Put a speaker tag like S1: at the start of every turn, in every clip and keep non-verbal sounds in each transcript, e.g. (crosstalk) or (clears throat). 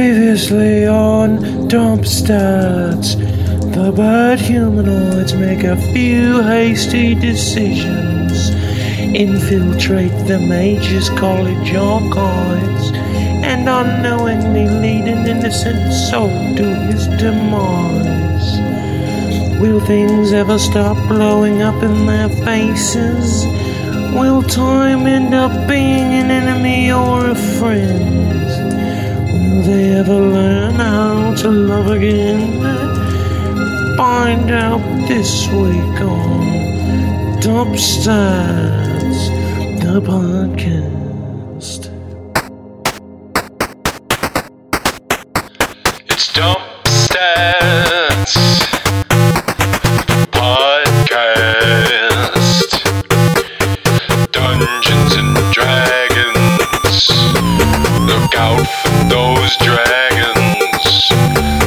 S1: Previously on Dump Stats, the bad humanoids make a few hasty decisions, infiltrate the Mages College archives, and unknowingly lead an innocent soul to his demise. Will things ever stop blowing up in their faces? Will time end up being an enemy or a friend? Will they ever learn how to love again? Find out this week on Top Stars, the podcast.
S2: It's Dump Stats Podcast Dungeons and Dragons. Look out for those dragons.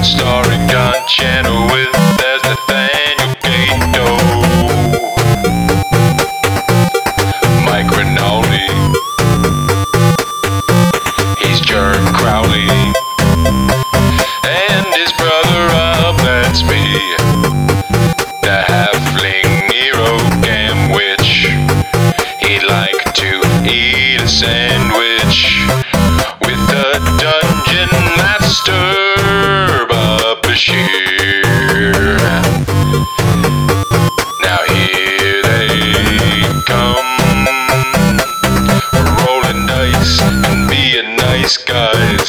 S2: Starring John Chanowitz as Nathaniel Gato. Mike Rinaldi. He's Jerm Crowley and his brother Rob, that's me. The halfling Nero Gamwich. He'd like to eat a sandwich with the dungeon master, Bob Bashir. Now here they come. We're rolling dice and being nice guys.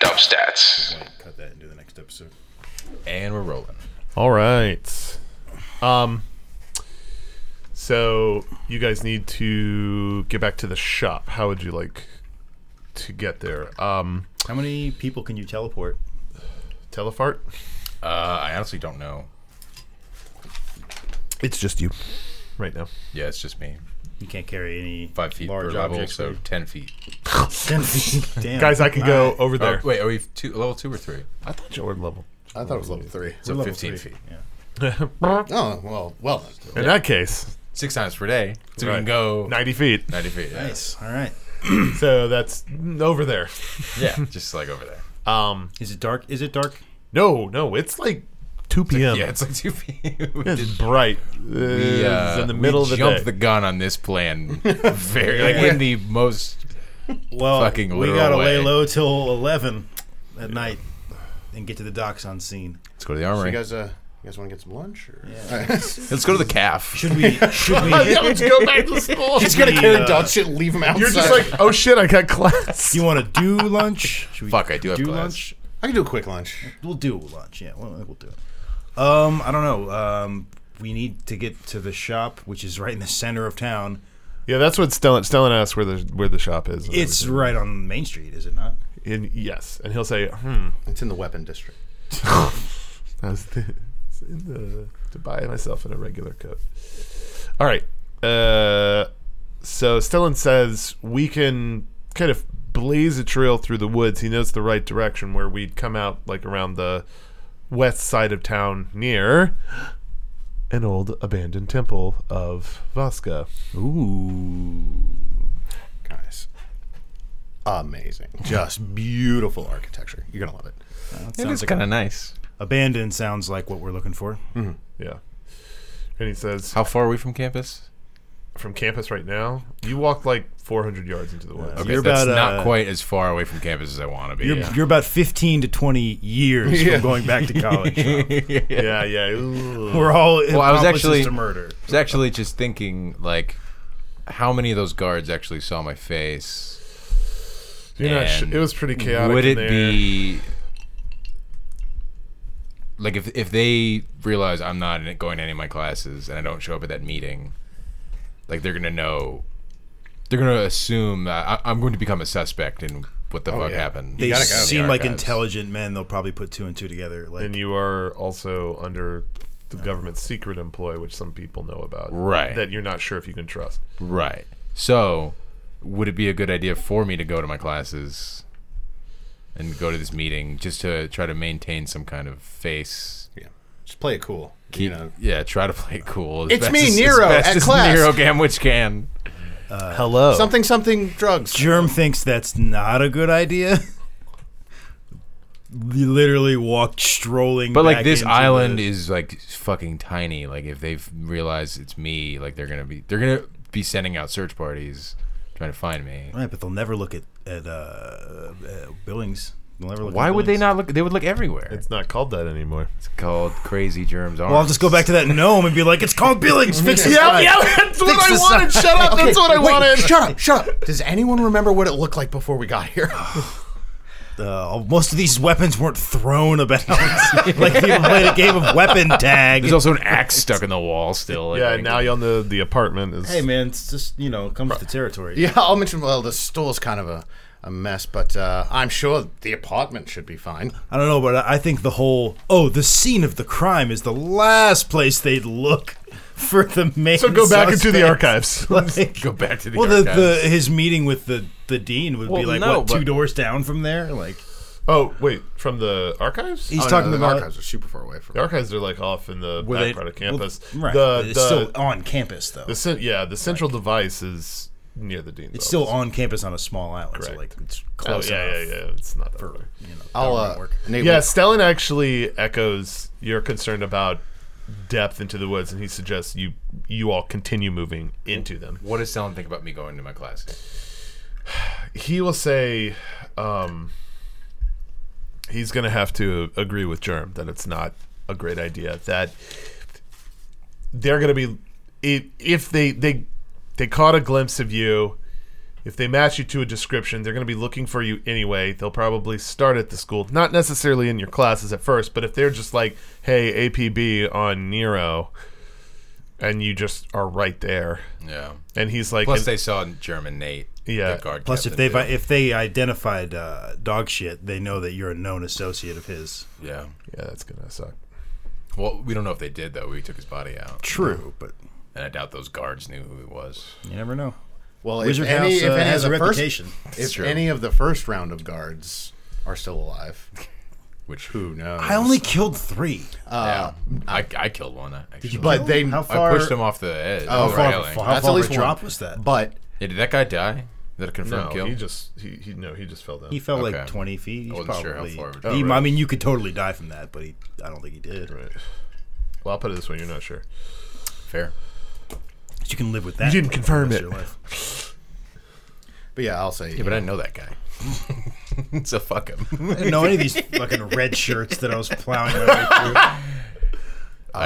S2: Dump stats.
S3: cut that into the next episode.
S4: And we're rolling.
S5: All right. Um. So you guys need to get back to the shop. How would you like to get there? Um,
S3: How many people can you teleport?
S5: Telefart.
S4: Uh, I honestly don't know.
S5: It's just you right now.
S4: Yeah, it's just me.
S3: You can't carry any
S4: Five feet
S3: large
S4: per level,
S3: objects.
S4: so ten feet.
S3: Ten feet. (laughs) Damn.
S5: (laughs) Guys, I can go over
S4: Oh,
S5: there.
S4: wait, are we two level two or three?
S5: I thought you were (laughs) level.
S6: I thought it was level three.
S4: So
S3: level
S4: fifteen
S3: three.
S4: feet.
S3: Yeah.
S6: Oh well, well. then.
S5: In that case,
S4: Six times per day. So we
S5: Right.
S4: can go
S5: ninety feet.
S4: ninety feet. Yeah.
S3: Nice. All right.
S5: So that's mm, over there.
S3: (laughs)
S4: yeah, just like over there.
S5: Um.
S3: Is it dark? Is it dark?
S5: No, no. It's like two p.m.
S4: Yeah, it's like two feet. (laughs) We
S5: It's
S4: did-
S5: bright.
S4: we, uh,
S5: it's in the middle
S4: we
S5: of the
S4: jumped
S5: day.
S4: the gun on this
S3: (laughs)
S4: plan. Very like in the most.
S3: Well,
S4: Fucking
S3: we
S4: literal
S3: gotta
S4: way.
S3: lay low till eleven at night and get to the docks unseen.
S4: Let's go to the
S6: So
S4: armory.
S6: you guys, uh, you guys want to get some lunch? Or? (laughs)
S4: Let's go to the calf.
S3: Should we? Should
S5: (laughs)
S3: we?
S5: let's go back to school.
S6: He's Oh, gonna
S3: carry
S6: carry dog shit. Leave him outside.
S5: You're just like, oh shit, I got class. (laughs)
S3: you want to do lunch? Should
S4: (laughs)
S3: we
S4: Fuck, I do have
S3: do
S4: class.
S3: lunch.
S6: I can do a quick lunch.
S3: We'll do lunch. Yeah, we'll, we'll do it. Um, I don't know. Um, we need to get to the shop, which is right in the center of town.
S5: Yeah, that's what Stellan Stellan asks where the where the shop is. and
S3: It's
S5: everything.
S3: right on Main Street, is it not?
S5: and yes, and he'll say, "Hmm, (laughs)
S6: It's in the weapon district.
S5: I was (laughs) it's in the, to buy myself in a regular coat." All right. Uh, so Stellan says we can kind of blaze a trail through the woods. He knows the right direction where we'd come out, like around the west side of town, near an old abandoned temple of Vasca.
S6: Guys, amazing. Just beautiful architecture. You're gonna love it.
S4: It is kind of nice.
S3: Abandoned sounds like what we're looking for.
S5: Yeah. And he says,
S4: How far are we from campus?
S5: from campus right now, you walk like 400 yards into the woods.
S3: You're
S4: that's
S3: about,
S4: not
S3: uh,
S4: quite as far away from campus as I want to be.
S3: You're, you're about 15 to 20
S4: (laughs)
S3: years from going back to college.
S5: Yeah, yeah. ooh.
S3: We're all well,
S4: I was actually-
S3: to murder.
S4: I was actually just thinking, like, how many of those guards actually saw my face?
S5: You're not sh-
S4: And
S5: it was pretty chaotic.
S4: Would
S5: in
S4: it
S5: there.
S4: be like if if they realize I'm not in- going to any of my classes and I don't show up at that meeting, like they're gonna know, they're gonna assume that I, I'm going to become a suspect in what the fuck
S6: yeah.
S4: happened.
S3: Oh, They
S6: gotta go.
S3: seem like
S4: Archives.
S3: intelligent men. They'll probably put two and two together. Like,
S5: And you are also under the government's secret employ, which some people know about.
S4: Right.
S5: That you're not sure if you can trust.
S4: Right. So, would it be a good idea for me to go to my classes and go to this meeting just to try to maintain some kind of face?
S6: Yeah, just play it cool. you know,
S4: yeah, try to play it cool. as
S6: It's
S4: best
S6: me,
S4: as- as
S6: Nero,
S4: best
S6: at
S4: as
S6: class.
S4: Nero Gamwich can.
S5: Hello.
S6: Something, something, drugs.
S3: Germ thinks that's not a good idea. (laughs) You literally walked strolling.
S4: But like
S3: back
S4: this
S3: into
S4: island
S3: the-
S4: is like fucking tiny. Like if they've realized it's me, like they're gonna be they're gonna be sending out search parties trying to find me.
S3: Right, but they'll never look at at uh, uh, Billings. They'll never look.
S4: Why
S3: at
S4: would they
S3: Billings.
S4: not look? They would look everywhere. It's
S5: It's not called that anymore.
S4: called Crazy Germs Arms.
S3: Well, I'll just go back to that gnome and be like, "It's
S4: (laughs)
S3: called Billings. Fix it
S5: Yeah, yeah,
S3: (laughs)
S5: that's what I wanted. Shut up. That's what I
S6: wait,
S5: wanted.
S6: Shut up, shut (laughs) up. Does anyone remember what it looked like before we got here?
S3: Uh, most of these weapons weren't thrown about. (laughs) like people played a game of weapon tag.
S4: There's also an (laughs) axe stuck in the wall still. I
S5: Yeah,
S4: think.
S5: now y'all know the apartment is.
S3: hey man, it's just you know, it comes with the territory.
S6: (laughs) yeah, I'll mention, well, the store's kind of a, a mess, but uh, I'm sure the apartment should be fine.
S3: I don't know, but I I think the whole oh, the scene of the crime is the last place they'd look for the main.
S5: so go back into the
S3: suspect. (laughs)
S5: archives.
S3: Like-
S4: go back to the.
S3: well, the,
S4: archives.
S3: the his meeting with the the dean would
S4: Well,
S3: be like
S4: no,
S3: what two
S4: but-
S3: doors down from there. Like
S5: (laughs) Oh wait, from the archives.
S3: he's
S6: Oh, no,
S3: talking
S6: the
S3: about
S6: archives are super far away from
S5: the archives are like off in the
S4: Were
S5: back
S4: they-
S5: part of campus.
S3: right.
S5: The,
S3: it's
S5: the-
S3: still on campus though.
S5: the cen- yeah, the central device is near the dean's.
S3: it's still
S5: office.
S3: on campus on a small island, so like
S5: Correct.
S3: it's
S5: Oh,
S3: close
S5: yeah, yeah,
S3: enough.
S5: yeah. It's not that far.
S3: You know,
S6: I'll,
S3: that won't
S6: uh,
S3: work.
S6: Nate,
S5: Yeah, Stellan actually echoes your concern about depth into the woods, and he suggests you you all continue moving into them.
S4: what does Selen think about me going to my class?
S5: He will say, um, he's going to have to agree with Germ that it's not a great idea. That they're going to be if, if they they they caught a glimpse of you. If they match you to a description, they're going to be looking for you anyway. They'll probably start at the school, not necessarily in your classes at first, but if they're just like, "Hey, APB on Nero," and you just are right there,
S4: Yeah.
S5: and he's like,
S4: Plus
S5: and-
S4: they saw German Nate.
S5: Yeah.
S4: The guard
S3: Plus, if
S4: captain,
S3: they've if they identified uh, dog shit, they know that you're a known associate of his.
S4: too. yeah.
S5: "Yeah, that's going to suck."
S4: Well, we don't know if they did though. We took his body out,
S3: True, but
S4: and I doubt those guards knew who he was.
S3: you never know.
S6: Well,
S3: Wizard
S6: if any,
S3: House
S6: if
S3: uh,
S6: any
S3: has
S6: of
S3: a
S6: the first-
S3: reputation.
S6: if
S4: true.
S6: any of the first round of guards are still alive,
S4: Which
S6: who knows?
S3: I only killed three.
S4: yeah, I, I killed one. Actually. Did
S6: but they
S3: How
S4: I
S3: far?
S4: pushed him off the edge.
S6: Oh,
S4: the
S6: far-
S4: railing.
S3: far-
S6: that's
S3: How
S6: at least
S3: of a
S6: one.
S3: drop was that?
S6: But
S4: Yeah, did that guy die? Is that a confirmed
S5: No,
S4: kill?
S5: he just he, he no he just fell down.
S3: He fell like
S4: Okay.
S3: 20 feet. He's
S4: I wasn't sure how
S3: probably,
S4: far it would
S3: he,
S5: go.
S3: I mean, you could totally die from that, but he, I don't think he did.
S5: right. Well, I'll put it this way: you're not sure.
S4: Fair.
S3: But you can live with that.
S5: didn't
S3: for the
S5: confirm
S3: rest
S5: it.
S3: of your life.
S6: but yeah, I'll say
S4: Yeah, but I didn't know that guy. (laughs) so fuck him.
S3: I didn't know any of these fucking red shirts that I was plowing my way
S4: I-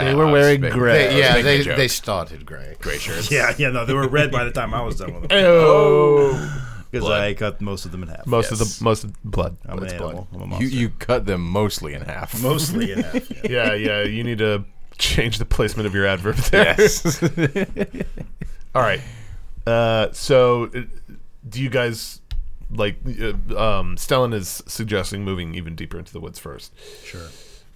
S5: They
S4: I
S5: were
S4: was
S5: wearing
S4: making-
S5: gray.
S4: I was
S6: they, yeah
S4: making a
S6: they,
S4: joke.
S6: they started gray.
S4: gray shirts.
S3: through. (laughs) Yeah, yeah, no, they were red by the time I was done with them
S5: Oh,
S3: because I cut most of them in half.
S5: most of
S4: Yes.
S5: the most of the blood.
S3: I'm an
S5: It's blood.
S3: animal. I'm a
S4: You
S3: monster.
S4: you cut them mostly in half.
S3: Oh. Mostly (laughs) in half. yeah.
S5: (laughs) yeah, yeah. You need to change the placement of your adverb there.
S3: (laughs)
S4: Yes.
S5: (laughs) All right. Uh, so, uh, do you guys like? Uh, um, Stellan is suggesting moving even deeper into the woods first.
S3: Sure.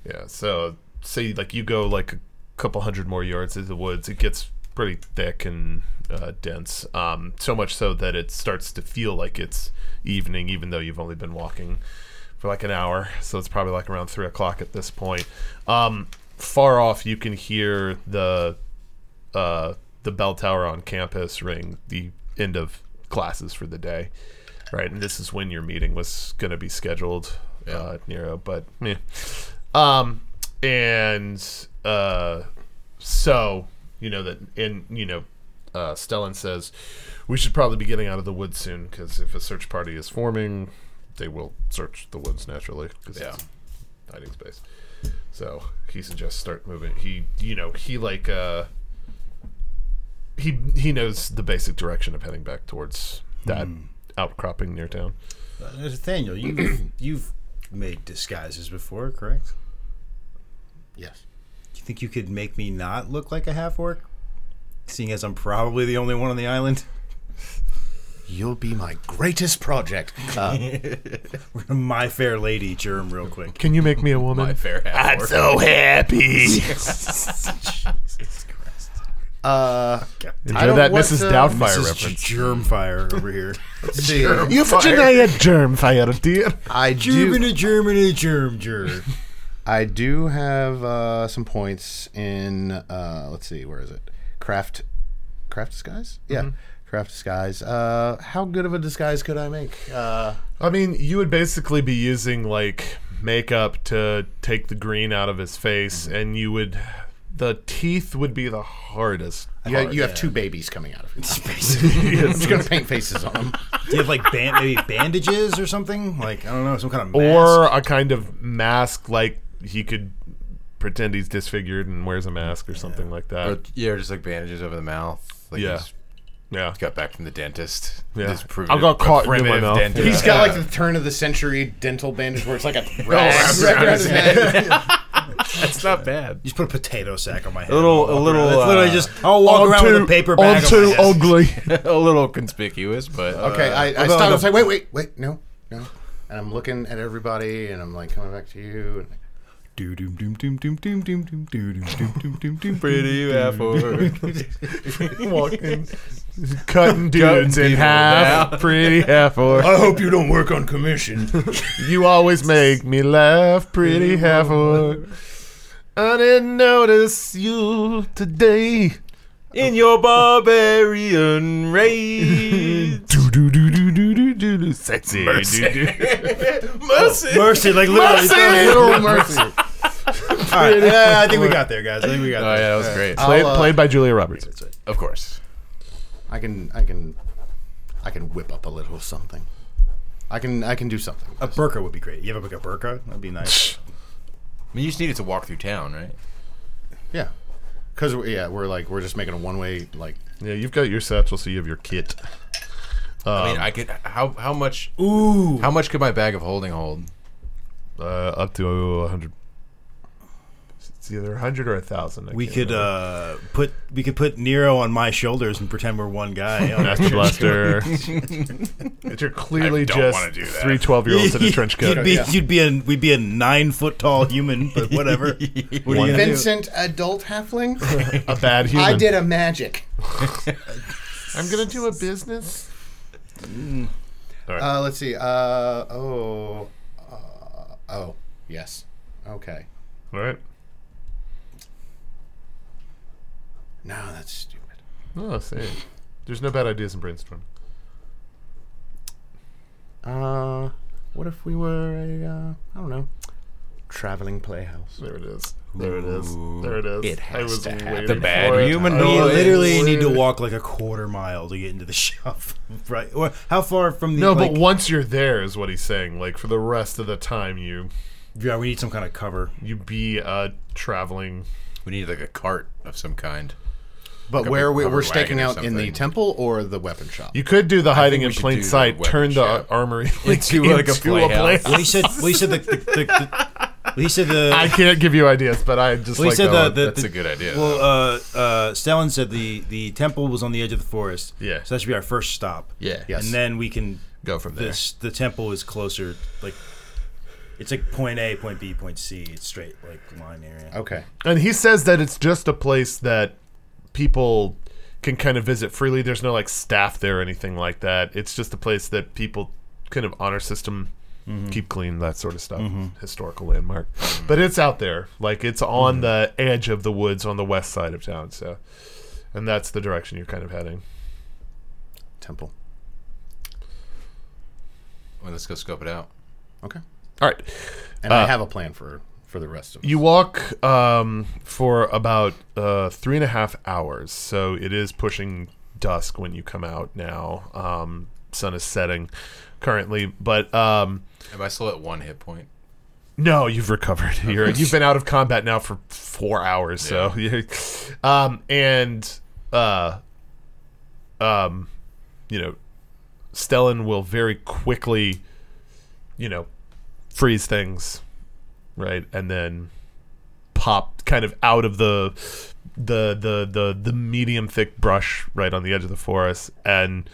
S5: Yeah. So, say like you go like a couple hundred more yards into the woods, it gets pretty thick and uh, dense. Um, so much so that it starts to feel like it's evening, even though you've only been walking for like an hour. So it's probably like around three o'clock at this point. Um, far off, you can hear the uh, the bell tower on campus ring the end of classes for the day. Right, and this is when your meeting was going to be scheduled, uh, at Nero. But yeah, um, and uh, so you know that, and you know, uh, Stellan says we should probably be getting out of the woods soon because if a search party is forming, they will search the woods naturally because
S4: Yeah.
S5: it's hiding space. So he suggests start moving. He, you know, he like uh, he he knows the basic direction of heading back towards that
S4: Hmm.
S5: outcropping near town.
S3: Uh, Nathaniel, you've, (clears throat) you've made disguises before, correct?
S6: Yes.
S3: You think you could make me not look like a half orc? Seeing as I'm probably the only one on the island, (laughs)
S6: You'll be my greatest project. Uh,
S3: we're gonna my fair lady germ real
S6: (laughs)
S3: quick.
S5: Can you make me a woman?
S4: My fair half. orc.
S5: happy.
S3: Jesus Christ.
S6: uh, I
S5: Enjoy
S6: don't
S5: that
S6: want
S5: Mrs.
S6: to-
S3: This
S5: Doubtfire
S3: is
S5: reference.
S3: germ fire over here. (laughs)
S6: see,
S5: Euphigenia germfire, dear.
S6: I do.
S3: Germany, Germany, germ, germ.
S6: I do have uh, some points in. Uh, let's see, where is it? Craft, craft disguise. Yeah, craft disguise. Uh, how good of a disguise could I make? Uh,
S5: I mean, you would basically be using like makeup to take the green out of his face, and you would. The teeth would be the hardest.
S6: you, you have two babies coming out (laughs) of it. I'm
S5: Yes.
S6: just gonna paint faces on them.
S3: Do you have like band- maybe bandages or something? Like I don't know, some kind of mask?
S5: or a kind of mask, like he could pretend he's disfigured and wears a mask or something like that.
S4: Or, yeah, or just like bandages over the mouth. Like
S5: Yeah.
S4: he's
S5: yeah.
S4: got back from the dentist.
S5: Yeah.
S4: He's proven
S5: I got
S4: a
S5: caught with my
S4: primitive
S5: mouth.
S4: dentist.
S6: He's got like the turn of the century dental bandage where it's (laughs) like a wrapped
S4: around
S6: around
S4: his
S6: his head.
S4: That's not bad.
S3: You just put a potato sack on my head.
S4: little- a little,
S3: It's literally
S4: uh,
S3: just I'll walk around with a paper bag. on my
S4: (laughs)
S3: head.
S4: a little conspicuous, but uh,
S6: Okay, I, I
S3: about
S6: stopped. I
S3: the-
S6: was like, wait, wait, wait, no, no. And I'm looking at everybody, and I'm like coming back to you. And
S4: Do doom doom doom doom doom doom doom doom doom doom doom doom pretty effort.
S5: Walking, cutting dudes in
S4: people
S5: half,
S4: down.
S5: pretty half or
S6: I hope you don't work on commission.
S5: You always make me laugh, pretty half or I didn't notice you today.
S4: In your barbarian
S5: (laughs)
S4: race.
S5: Do do do do do do do do sexy. do, do.
S4: (laughs) Mercy.
S3: Mercy, like literally.
S6: Little mercy.
S3: All right, yeah, I think (laughs) we got there, guys. I think we got
S4: Oh yeah,
S3: there.
S4: that was great.
S5: Play,
S6: I'll, uh,
S5: played by Julia Roberts.
S4: Of course.
S6: I can, I can, I can whip up a little something. I can, I can do something.
S3: A burqa would be great. You have like a burqa? That'd be nice.
S4: I mean, you just needed to walk through town, right?
S6: Yeah, because yeah, we're like we're just making a one way like.
S5: Yeah, you've got your satchel, so you have your kit.
S4: I mean, I could. How how much?
S3: (laughs) Ooh,
S4: How much could my bag of holding hold?
S5: Uh, up to a hundred. It's either a hundred or a thousand.
S3: we could uh, put we could put Nero on my shoulders and pretend we're one (laughs) guy. Oh,
S5: Master Blaster. (laughs) You're clearly
S4: don't wanna
S5: just
S4: do that.
S5: three 12 year olds
S3: (laughs)
S5: in a trench coat.
S3: You'd be,
S6: Yeah.
S3: you'd be a, we'd be a nine foot tall (laughs) human, but whatever. what are you gonna
S6: Vincent, adult halfling.
S5: a bad human.
S6: I did a magic.
S5: I'm gonna do a business.
S6: Uh, let's see. Uh, oh, uh, oh, yes. Okay.
S5: All right.
S6: No, that's stupid.
S5: Oh, see, there's no bad ideas in brainstorm.
S6: Uh, what if we were a uh, I don't know, traveling playhouse?
S5: There it is. There it is. There it is.
S6: It has
S5: I was
S6: to happen.
S5: waiting
S4: The bad
S5: for it.
S4: human
S5: I
S3: do? We
S5: was
S4: noise.
S3: literally need to
S5: waiting.
S3: walk like a quarter mile to get into the (laughs) shop, right? Or how far from the?
S5: No,
S3: like,
S5: but once you're there, is what he's saying. Like for the rest of the time, you
S3: yeah, we need some kind of cover.
S5: you be uh traveling.
S4: We need like a cart of some kind.
S6: But
S4: a
S6: where
S4: big
S6: we,
S4: covered
S6: we're staking
S4: wagon or
S6: out in the
S4: something.
S6: temple or the weapon shop?
S5: You could do the hiding in
S4: we should do
S5: plain
S4: the
S5: sight.
S4: weapon
S5: Turn
S4: shop.
S5: the armory
S4: Into, (laughs) like, a playhouse.
S3: Well, he said. Well, he said the. the, the, (laughs) the he said the.
S5: I can't give you ideas, but I just
S3: well, he
S5: like
S3: said
S5: that
S3: the,
S5: one.
S3: the,
S4: That's
S3: the-
S4: a good idea.
S3: Well, uh, uh, Stalin said the the temple was on the edge of the forest.
S5: Yeah.
S3: So that should be our first stop.
S4: yeah.
S6: yes.
S3: And then we can
S4: Go from there.
S3: this the temple is closer like it's like point A, point B, point C. It's straight like line area.
S6: okay.
S5: And he says that it's just a place that people can kind of visit freely. There's no like staff there or anything like that. It's just a place that people kind of honor system keep clean, that sort of stuff. Historical landmark. But it's out there. Like it's on the edge of the woods on the west side of town, so and that's the direction you're kind of heading.
S6: Temple.
S4: (laughs) Well, let's go scope it out.
S6: Okay.
S5: All right.
S6: And I have a plan for for the rest of it.
S5: You walk um, for about uh, three and a half hours, so it is pushing dusk when you come out now. Um, sun is setting currently, but um,
S4: Am I still at one hit point?
S5: no, you've recovered. (laughs) You're, you've been out of combat now for four hours, so you- (laughs) um, and uh, um, you know, Stellan will very quickly, you know, freeze things, right, and then pop kind of out of the the the the the medium thick brush right on the edge of the forest and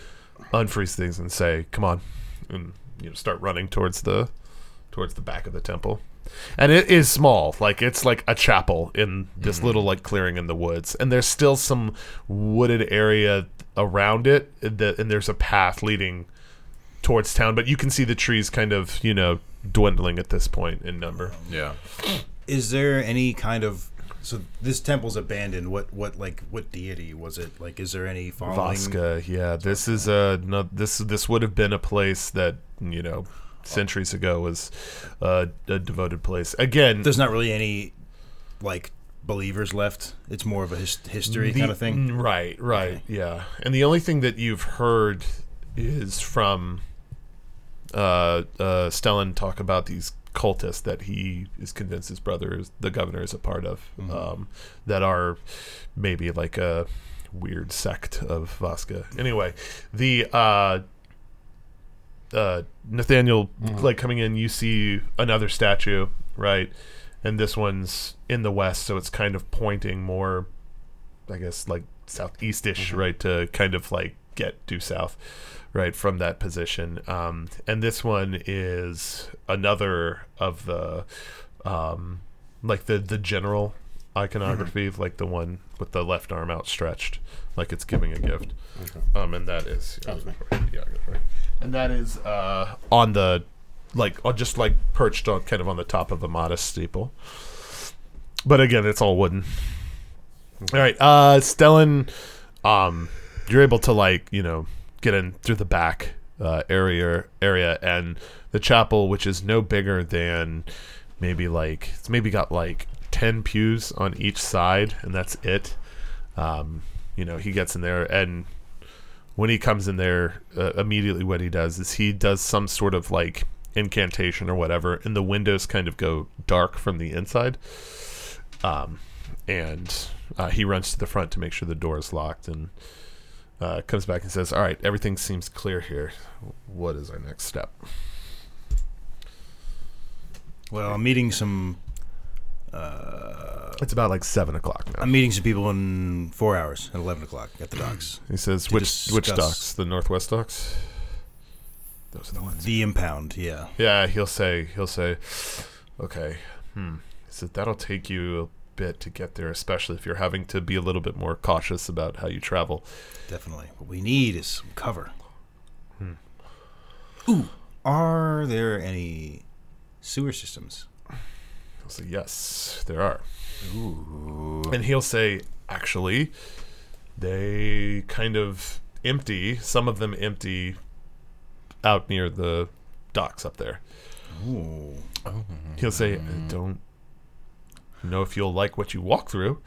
S5: unfreeze things and say, "Come on," and you know, start running towards the towards the back of the temple. And it is small, like it's like a chapel in this little like clearing in the woods, and there's still some wooded area around it. That and there's a path leading towards town, but you can see the trees kind of you know dwindling at this point in number.
S4: Yeah.
S3: Is there any kind of So this temple's abandoned. What what like what deity was it? Like, is there any following?
S5: Vasca, yeah. This is a no, this this would have been a place that you know centuries ago was uh, a devoted place. Again,
S3: There's not really any like believers left. It's more of a his- history
S5: the-
S3: kind of thing.
S5: mm, Right, right, yeah. And the only thing that you've heard is from uh, uh, Stellan talk about these cultists that he is convinced his brother, is, the governor, is a part of, um, that are maybe like a weird sect of Vasca. Anyway, the uh, uh, Nathaniel, like coming in, you see another statue, right? And this one's in the west, so it's kind of pointing more I guess like southeastish,
S6: Mm-hmm.
S5: right? To kind of like get due south, right from that position. Um, and this one is another of the, um, like the the general iconography
S6: Mm-hmm.
S5: of like the one with the left arm outstretched, like it's giving a gift. Um, and that is
S6: That was me.
S5: yeah, right. and that is uh on the like on just like perched on kind of on the top of a modest steeple. But again, it's all wooden. All right, uh, Stellan, um, you're able to like you know get in through the back uh, area area and the chapel, which is no bigger than maybe like it's maybe got like ten pews on each side, and that's it. Um, you know, he gets in there, and when he comes in there, uh, immediately what he does is he does some sort of like incantation or whatever, and the windows kind of go dark from the inside um, and uh, he runs to the front to make sure the door is locked and uh, comes back and says, "All right, everything seems clear here. What is our next step?"
S3: Well, I'm meeting some.
S5: It's about like seven o'clock now.
S3: I'm meeting some people in four hours at eleven o'clock at
S6: Hmm.
S3: the docks.
S5: He says, "Which which
S3: discuss-
S5: docks? The northwest docks." Those are the ones.
S3: the impound. Yeah.
S5: Yeah, he'll say he'll say, "Okay, hmm." He said that'll take you a bit to get there, especially if you're having to be a little bit more cautious about how you travel.
S3: Definitely. What we need is some cover.
S6: Hmm.
S3: Ooh, are there any sewer systems?
S5: He'll say, Yes, there are. And he'll say, Actually, they kind of empty, some of them empty out near the docks up there.
S3: Ooh.
S5: He'll say, I don't know if you'll like what you walk through.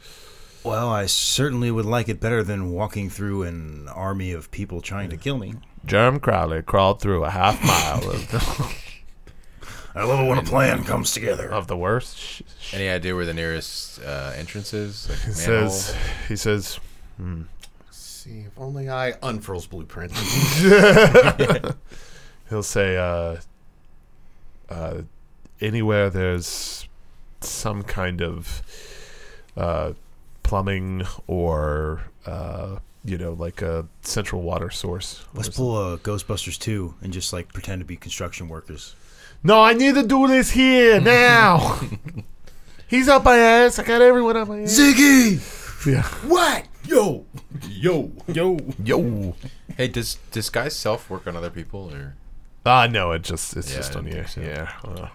S3: Well, I certainly would like it better than walking through an army of people trying to kill me.
S5: Jerem Crowley crawled through a half mile of the,
S6: Hmm.
S3: I love it when a plan comes together.
S5: of the worst. Sh- sh-
S4: Any idea where the nearest uh, entrance is? Like
S5: He
S4: manhole?
S5: says, he says,
S6: See, if only I unfurls blueprint.
S5: he'll say uh, uh, anywhere there's some kind of uh, plumbing or uh, you know like a central water source or
S3: Let's
S5: something.
S3: pull a Ghostbusters 2 and just like pretend to be construction workers.
S5: no i need to do this
S3: (laughs)
S5: here now he's up my ass i got everyone up my ass
S3: Ziggy!
S5: yeah.
S3: What? Yo! Yo! Yo!
S5: yo
S4: "Hey, does does guys self work on other people?" Or
S5: ah no it just it's
S4: Yeah,
S5: just
S4: I
S5: on you
S4: didn't think
S5: yeah uh.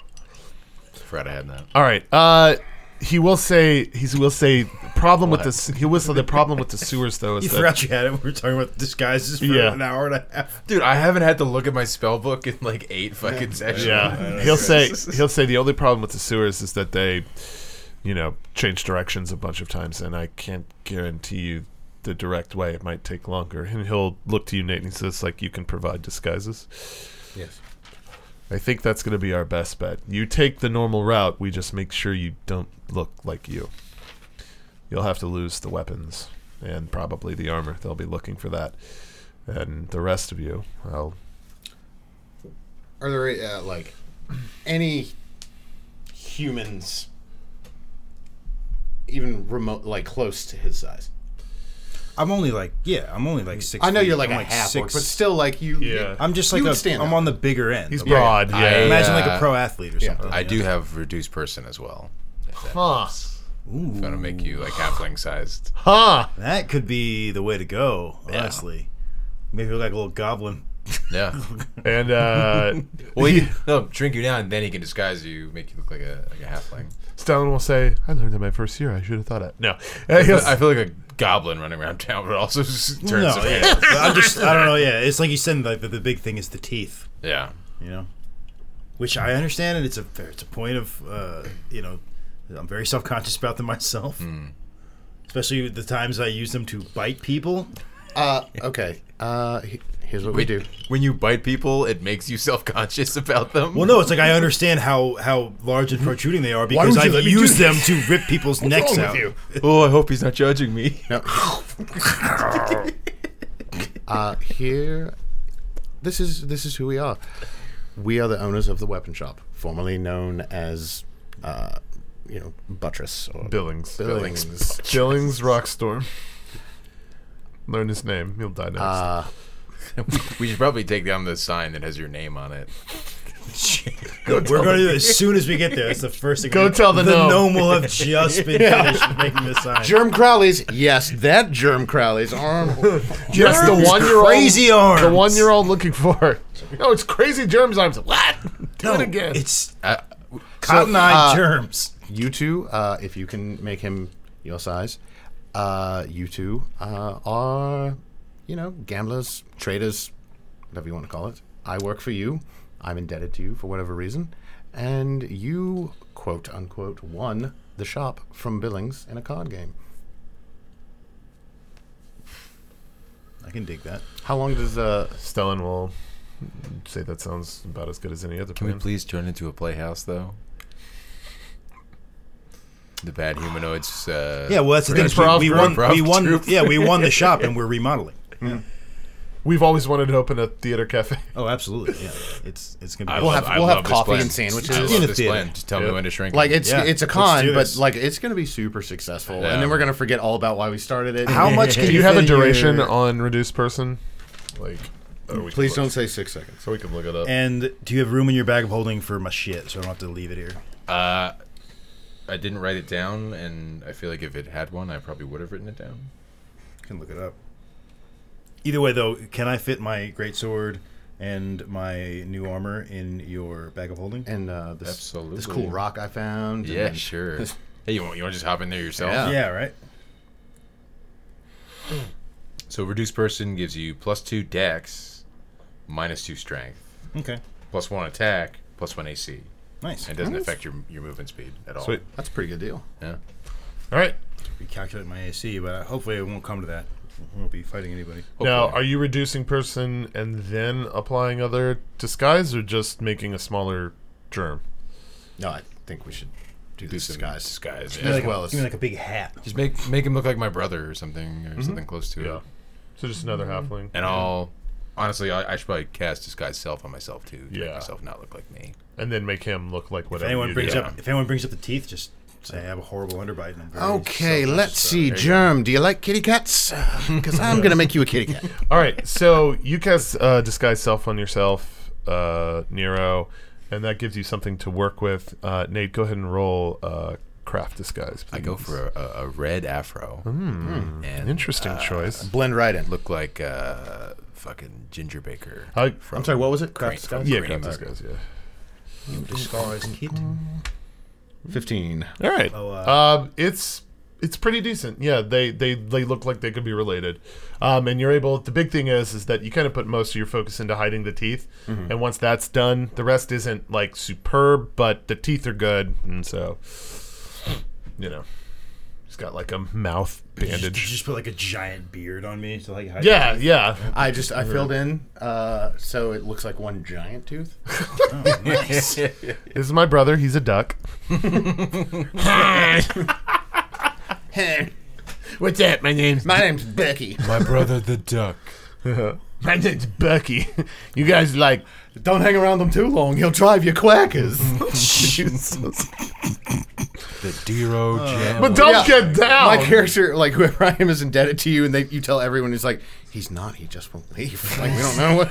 S4: forgot I had that.
S5: All right. Uh, he will say he will say problem with
S4: What?
S5: this. He will say the problem with the sewers though is
S3: You
S5: that
S3: forgot you had it. We were talking about disguises for
S5: Yeah.
S3: an hour and a half.
S4: Dude, I haven't had to look at my spell book in like (laughs) eight fucking sessions.
S5: yeah
S3: (laughs)
S5: he'll say he'll say the only problem with the sewers is that they you know change directions a bunch of times and I can't guarantee you the direct way. It might take longer. And he'll look to you, Nate, and he says like you can provide disguises.
S6: yes.
S5: I think that's going to be our best bet. You take the normal route. We just make sure you don't look like you. You'll have to lose the weapons and probably the armor. They'll be looking for that. And the rest of you, well,
S6: Are there uh, like any humans even remote like close to his size?
S3: I'm only like, yeah, I'm only like six.
S6: I know
S3: feet.
S6: you're like
S3: I'm
S6: a
S3: like
S6: half orc,
S3: six.
S6: but still like you.
S5: Yeah.
S3: I'm just like
S6: You
S3: a,
S6: would stand
S3: I'm
S6: out.
S3: on the bigger end.
S5: he's
S3: I'm like-
S5: broad.
S4: I-
S5: Yeah,
S3: Imagine like a
S4: Uh,
S3: pro athlete or
S6: yeah.
S3: something.
S4: I
S3: you know?
S4: do have reduced person as well.
S5: huh?
S3: Ooh,
S4: Gonna make you like halfling sized.
S5: Huh?
S3: that could be the way to go. Honestly, maybe like a little goblin.
S4: (laughs) Yeah.
S5: And (laughs) uh,
S4: Well, he, no, drink you down, and then he can disguise you, make you look like a like a halfling.
S5: Stalin will say, "I learned that my first year. I should have thought of no." Uh, he'll-
S4: I feel like a goblin running around town, but also just turns.
S3: No,
S4: some-
S3: yeah.
S4: (laughs)
S3: But I'm just, I don't know. Yeah, it's like you said. Like the, the big thing is the teeth.
S4: yeah.
S3: You know, which I understand, and it's a fair- it's a point of uh, you know, I'm very self conscious about them (laughs) myself. Especially with the times I use them to bite people.
S6: Uh, (laughs) okay. Uh, he- here's what we do.
S4: When you bite people, it makes you self conscious about them.
S3: Well, no, it's like I understand how how large and protruding they are because
S6: Hmm? would you
S3: I've
S6: let me
S3: used
S6: do
S3: them to rip people's necks
S6: wrong
S3: out.
S6: with
S4: Oh, I hope he's not judging (laughs) me.
S6: No. uh, here, this is this is who we are. We are the owners of the weapon shop, formerly known as, uh, you know, buttress or
S5: Billings.
S6: Billings.
S5: Billings Rockstorm. Learn his name. He'll die next.
S6: Uh,
S4: (laughs) we should probably take down the sign that has your name on it.
S3: We're going to do this as soon as we get there.
S5: (laughs)
S3: That's the first thing.
S5: Go
S3: we-
S5: tell the gnome.
S3: gnome will
S5: (laughs)
S3: have just been finished making the sign.
S6: Germ Crowley's, yes, that Germ Crowley's (laughs) arm.
S5: Yes, the
S3: Germs,
S5: one year old.
S3: crazy arms.
S5: The one year old looking for. No, it's crazy germs arms. What? Do
S3: No,
S5: it again.
S3: It's
S4: Uh,
S3: cotton eyed
S6: uh,
S3: germs.
S6: you two, uh, if you can make him your size, uh, you two uh, are, you know, gamblers, traders, whatever you want to call it. I work for you. I'm indebted to you for whatever reason. And you, quote unquote, won the shop from Billings in a card game.
S3: I can dig that.
S6: How long does, uh,
S5: Stellan will say that sounds about as good as any other
S4: can we
S5: plan.
S4: please turn into a playhouse, though? The bad humanoids. Uh,
S3: Yeah, well, that's the thing. is
S5: Improv
S3: We, we
S5: group.
S3: won.
S4: Improv
S3: We won.
S4: troupe.
S3: Yeah, we won the shop,
S5: (laughs)
S3: and we're remodeling.
S5: We've always wanted to open a
S4: (laughs)
S5: theater cafe.
S3: Oh, absolutely. Yeah, it's it's gonna be.
S4: I
S6: We'll
S4: love-
S6: have-
S4: I
S6: we'll have
S4: love this
S6: coffee
S4: plan.
S6: and sandwiches.
S4: I love
S3: In a
S4: this
S3: theater.
S4: plan. Just tell
S5: Yeah.
S4: me when to shrink.
S6: like
S4: it.
S6: it's
S3: Yeah,
S6: it's a
S3: let's
S6: con,
S3: do
S6: but
S3: this.
S6: like it's gonna be super successful,
S4: Yeah.
S6: and then we're gonna forget all about why we started it. (laughs)
S3: How much can
S5: Do (laughs) you have
S3: fit
S5: a
S3: in your-
S5: duration on reduced person? Like, or we
S6: Please
S5: can
S6: don't
S5: look-
S6: say six seconds.
S5: So we can look it up.
S3: And do you have room in your bag of holding for my shit, so I don't have to leave it here?
S4: Uh, I didn't write it down, and I feel like if it had one, I probably would have written it down.
S3: I can look it up. Either way, though, can I fit my great sword and my new armor in your bag of holding?
S6: And uh, this
S4: Absolutely.
S6: this cool rock I found. and
S4: Yeah,
S6: then-
S4: sure. (laughs) hey, you want you want to just hop in there yourself?
S6: Yeah.
S3: yeah, right.
S4: So reduced person gives you plus two dex, minus two strength,
S3: Okay,
S4: plus one attack, plus one AC.
S3: nice.
S4: And it doesn't affect your your movement speed at all.
S5: Sweet.
S6: That's a pretty good deal.
S4: Yeah.
S5: All right.
S3: Recalculate my AC, but uh, hopefully it won't come to that. I won't be fighting anybody.
S5: Now,
S4: Hopefully.
S5: are you reducing person and then applying other disguise, or just making a smaller germ?
S6: No, I think we should do
S4: Do
S6: this
S4: some
S6: disguise.
S4: Disguise.
S6: As
S4: Yeah.
S3: Like a-
S6: well as-
S3: give me like a big hat.
S4: Just make make him look like my brother or something, or something close to it.
S5: So just another
S3: Mm-hmm.
S5: halfling.
S4: And I'll honestly, I, I should probably cast disguise self on myself too, to
S5: Yeah.
S4: make myself not look like me.
S5: and then make him look like
S3: If
S5: whatever.
S3: anyone
S5: you
S3: brings
S5: do. (laughs)
S3: up, if anyone brings up the teeth, just say I have a horrible underbite. And I'm very
S6: Okay,
S3: selfish,
S6: let's
S3: so-
S6: see. Germ, do you like kitty cats? (laughs) Because I'm gonna make you a kitty cat.
S5: All right, so you cast uh, disguise self on yourself, uh, Nero, and that gives you something to work with. Uh, Nate, go ahead and roll uh, craft disguise.
S4: I go
S5: please.
S4: for a, a, a red afro. And
S5: interesting choice.
S6: Blend right in.
S4: Look like uh, fucking Ginger Baker.
S5: I,
S6: I'm sorry, what was it?
S4: Green-
S6: Craft disguise.
S5: yeah,
S4: Green
S5: craft
S4: Mark.
S5: disguise. Yeah.
S3: Disguise kid.
S6: Fifteen.
S5: All right.
S3: Oh, uh,
S5: Um, it's it's pretty decent. Yeah, they, they they look like they could be related, um, and you're able. The big thing is is that you kind of put most of your focus into hiding the teeth, and once that's done, the rest isn't like superb, but the teeth are good, and so you know, he's got like a mouth
S3: Did you (laughs)
S5: bandage.
S3: just put like a giant beard on me to like hide
S5: Yeah, yeah.
S6: I just I filled in, uh, so it looks like one giant tooth.
S3: (laughs)
S6: (laughs)
S5: This is my brother. He's a duck. What's that? My name's
S6: My name's Becky.
S4: My brother the duck.
S5: my name's
S6: (laughs)
S5: Bucky. You guys like
S6: Don't hang around them too long. He'll drive
S4: (laughs)
S6: you quackers. (laughs)
S4: The Dero Jam.
S5: But don't
S6: Yeah.
S5: get down.
S6: My character, like (laughs) whoever I am, is indebted to you, and they, you tell everyone he's like, he's not. He just won't leave. (laughs) Like we don't know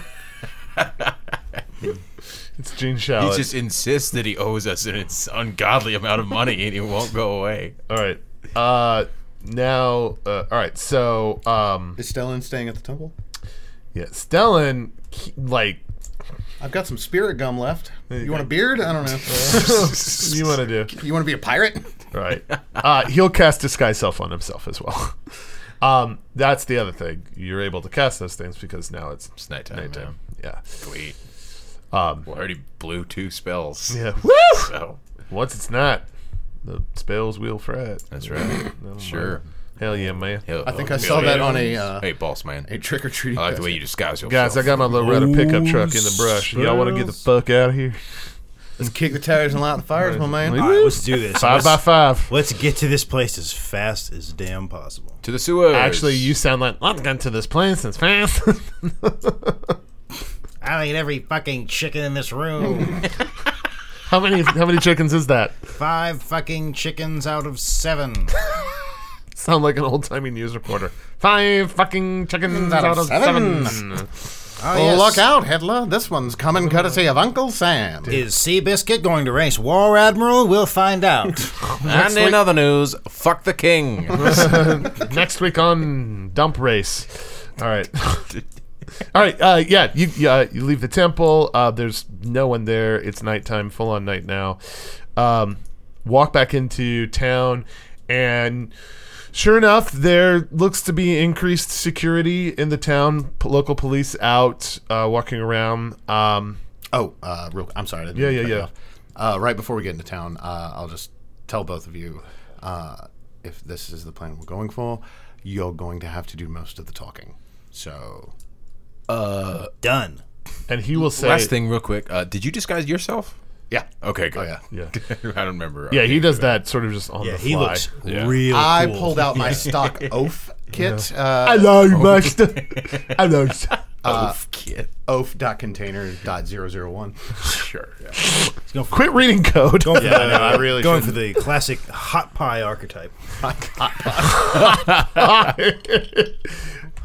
S4: (laughs)
S6: what.
S5: it's Gene
S4: he
S5: Shalit.
S4: just insists that he owes us an ins- ungodly amount of money and he won't go away.
S5: all right. Uh, now, uh, all right. So, um,
S6: Is Stellan staying at the temple?
S5: Yeah, Stellan, he- like, (laughs)
S6: I've got some spirit gum left.
S5: you
S6: You
S5: go.
S6: want a beard? I don't know. (laughs)
S5: what do you want to do?
S6: you want to be a pirate?
S5: Right. Uh, he'll cast disguise self on himself as well. (laughs) Um, that's the other thing. You're able to cast those things because now it's
S4: It's nighttime.
S5: nighttime. Yeah.
S4: Sweet.
S5: Um,
S4: Well, I already blew two spells.
S5: yeah.
S4: So
S5: Once it's not, the spells will fret.
S4: that's right. sure.
S5: Hell yeah, man.
S6: I think I saw that on a uh,
S4: Hey, boss man.
S6: a trick or treating.
S4: I like the way you disguise yourself.
S5: Guys, I got my Loretta pickup truck in the brush. Y'all want to get the fuck out of here?
S6: Let's kick the tires and light the fires, my man.
S3: All right, let's do this.
S5: Five by
S3: let's,
S5: five.
S3: let's get to this place as fast as damn possible.
S4: to the sewers.
S5: Actually, you sound like I've gotten to this place since fast. (laughs)
S3: I'll eat every fucking chicken in this (laughs) room.
S5: how many? How many chickens is that?
S3: Five fucking chickens out of seven.
S5: Sound like an old timey news reporter. Five fucking chickens
S6: Mm, Out
S5: out
S6: of
S5: of
S6: seven.
S5: seven.
S3: Oh,
S6: Oh, look out, Hitler. This one's coming courtesy of Uncle Sam.
S3: Is Seabiscuit going to race War Admiral? We'll find (laughs) out.
S4: and in other news, fuck the
S6: (laughs)
S4: king.
S5: Next week on Dump Race. All right. (laughs) All right. Uh, yeah, you you, uh, you leave the temple. Uh, there's no one there. It's nighttime, full on night now. Um, walk back into town, and sure enough, there looks to be increased security in the town. P- local police out uh, walking around. Um,
S6: Oh, uh, real. I'm sorry. I didn't
S5: Yeah,
S6: mean
S5: yeah,
S6: to cut you
S5: yeah.
S6: off. Uh, right before we get into town, uh, I'll just tell both of you uh, if this is the plan we're going for, you're going to have to do most of the talking. So
S3: Done.
S5: and he will say,
S4: Last thing, real quick. Uh, did you disguise yourself?
S6: yeah,
S4: Okay, good.
S6: oh yeah.
S5: Yeah,
S4: (laughs) I don't remember.
S5: yeah, he does that sort of just on
S3: Yeah,
S5: the fly.
S3: he looks
S4: Yeah.
S3: real
S6: I
S3: cool. (laughs)
S6: pulled out my stock oaf kit. Uh, (laughs)
S5: Hello, master. Hello.
S4: Oaf kid.
S6: oaf.container.001.
S4: Sure. Yeah.
S5: Quit reading code.
S3: Going for the,
S6: know, I really
S3: going for the classic hot pie archetype.
S5: (laughs)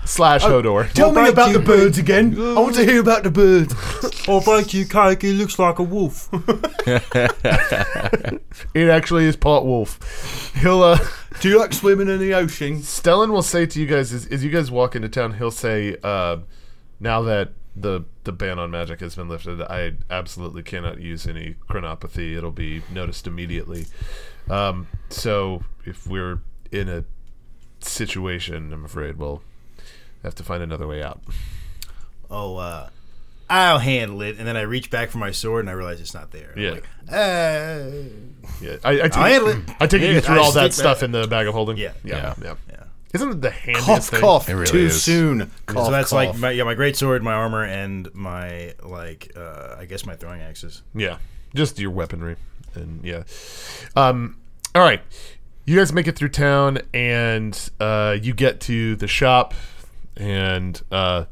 S5: slash Hodor.
S6: Oh, Tell me about the birds again. I want to hear about the birds.
S3: (laughs) Oh, thank you, Kike. He looks like a
S6: (laughs)
S3: wolf.
S5: (laughs) It actually is Paul Wolf. He'll uh,
S6: Do you like swimming in the ocean?
S5: Stellan will say to you guys as, as you guys walk into town, he'll say, uh, "Now that the the ban on magic has been lifted, I absolutely cannot use any chronopathy. It'll be noticed immediately. Um, so if we're in a situation, I'm afraid we'll have to find another way out."
S3: Oh, uh, I'll handle it. And then I reach back for my sword and I realize it's not there. I'm
S5: Yeah,
S3: like, uh,
S5: yeah. I, I take,
S3: I'll handle it.
S5: I take it
S3: Yeah,
S5: you threw
S3: I
S5: all that
S3: stick
S5: stuff
S3: that-
S5: in the bag of holding.
S3: Yeah.
S5: yeah, yeah.
S3: Yeah.
S5: Isn't it the handiest
S6: Cough,
S5: thing?
S6: cough.
S4: really
S6: Too
S4: is.
S6: soon. Cough,
S3: so that's
S6: cough.
S3: like my, yeah, my great sword, my armor, and my like uh, I guess my throwing axes.
S5: Yeah, just your weaponry, and yeah. Um, all right, you guys make it through town, and uh, you get to the shop, and uh,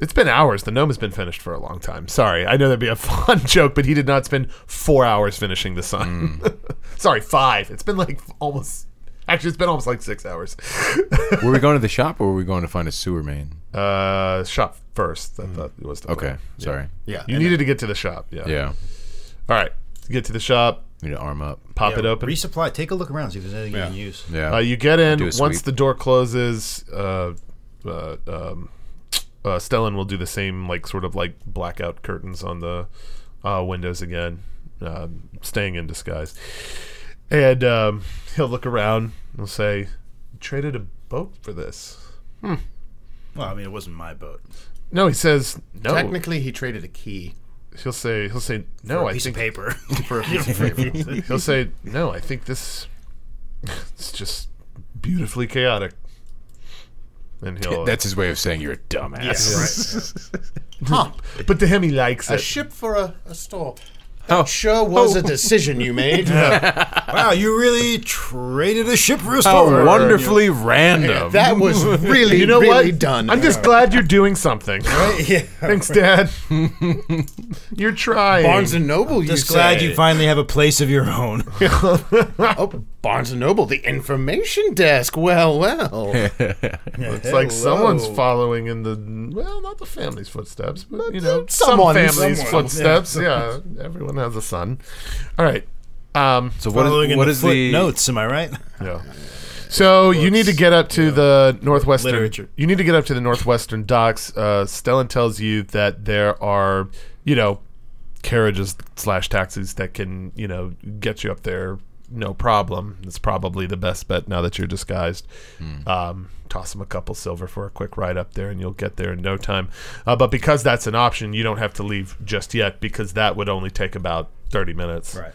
S5: it's been hours. The gnome has been finished for a long time. Sorry, I know that'd be a (laughs) fun joke, but he did not spend four hours finishing the sign. (laughs) Sorry, five. It's been like almost. Actually, it's been almost like six hours. (laughs)
S4: Were we going to the shop or were we going to find a sewer main?
S5: uh, shop first. I thought it was the
S4: Okay.
S5: plan.
S4: Sorry.
S6: yeah.
S5: You needed to get to the shop. Yeah.
S4: Yeah.
S5: All right. Get to the shop.
S4: Need to arm up.
S5: Pop
S3: Yeah,
S5: it open.
S3: Resupply. Take a look around. See if there's anything you can use.
S4: Yeah.
S5: Uh, you get in.
S4: Do a
S5: Once
S4: sweep.
S5: the door closes, uh, uh, um, uh, Stellan will do the same, like sort of like blackout curtains on the uh, windows again, uh, staying in disguise. And um, he'll look around. and He'll say, "You "Traded a boat for this."
S3: Well, I mean, it wasn't my boat.
S5: No, he says no.
S6: Technically, he traded a key
S5: he'll say he'll say
S3: Or
S5: no.
S3: a
S5: I
S3: piece
S5: think
S3: of paper.
S6: (laughs) for a
S3: (laughs)
S6: piece of paper.
S5: he'll say no. I think this (laughs) it's just beautifully chaotic. And he'll
S4: That's his way of saying you're a dumbass. (laughs)
S6: huh.
S5: but to him he likes
S6: A
S5: it.
S6: ship for a, a store.
S4: Oh.
S6: Sure was a decision (laughs) you made.
S3: wow, you really traded a ship for a
S4: How
S3: sword.
S4: wonderfully random. (laughs)
S6: That was really,
S5: you know
S6: really
S5: what?
S6: done.
S5: I'm just glad you're doing
S6: (laughs)
S5: something.
S3: (laughs) Yeah.
S5: Thanks, Dad. you're trying.
S6: Barnes
S5: (laughs)
S6: and Noble. you
S3: Just glad
S6: say.
S3: you finally have a place of your own. (laughs)
S6: Oh, Barnes and Noble, the information desk. Well, (laughs) well.
S5: it's like someone's following in the well, not the family's footsteps, but you know,
S6: someone-
S5: some family's
S6: someone.
S5: footsteps. Yeah. everyone has a son. All right. Um,
S4: so what
S3: Following
S4: is,
S3: in
S4: what
S3: the
S4: is the
S3: footnotes, am I right?
S5: yeah. So you need to
S3: books,
S5: get up to the northwestern.
S3: literature.
S5: You need to get up to the northwestern docks. Uh, Stellan tells you that there are, you know, carriages slash taxis that can, you know, get you up there. No problem. It's probably the best bet now that you're disguised. Um, toss him a couple silver for a quick ride up there, and you'll get there in no time. Uh, but because that's an option, you don't have to leave just yet because that would only take about thirty minutes
S3: Right.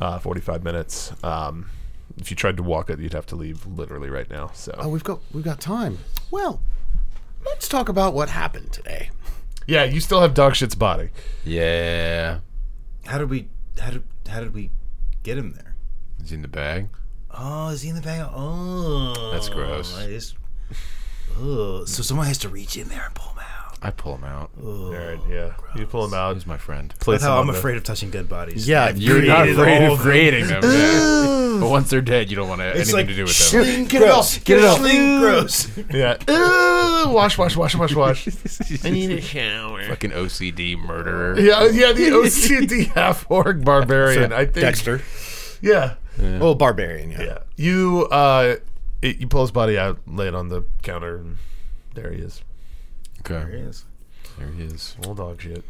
S5: uh, 45 minutes. Um, if you tried to walk it, you'd have to leave literally right now. So
S6: Oh, we've got we've got time. Well, let's talk about what happened today.
S5: yeah, you still have dog shit's body.
S4: Yeah.
S3: How did we? How did? How did we get him there?
S4: It's in the bag.
S3: Oh, is he in the bag? Oh,
S4: That's gross.
S3: I just- Ugh. So someone has to reach in there and pull him out.
S4: I pull him out.
S5: Jared, yeah, you pull him out.
S4: He's my friend.
S5: Place
S3: That's how
S5: him
S3: I'm
S5: on the-
S3: afraid of touching dead bodies.
S6: Yeah,
S3: I've
S6: you're
S4: You're not
S3: created
S4: afraid
S3: all
S4: of creating them. yeah. But once they're dead, you don't want to anything
S3: like
S4: to do with them.
S3: Schling
S6: Get it
S3: gross.
S6: off. Get it off.
S3: Schling gross.
S5: (laughs) Yeah. Ugh, wash, wash, wash,
S4: (laughs)
S5: wash, wash.
S4: I need a shower. Fucking OCD murderer.
S5: yeah, yeah. The (laughs) OCD half orc barbarian. I think.
S6: Dexter.
S5: Yeah.
S6: Oh, barbarian. Yeah.
S5: Yeah. You uh, it, you pull his body out, lay it on the counter, and there he is.
S4: Okay.
S3: Yes.
S4: There he is.
S5: Old dog shit.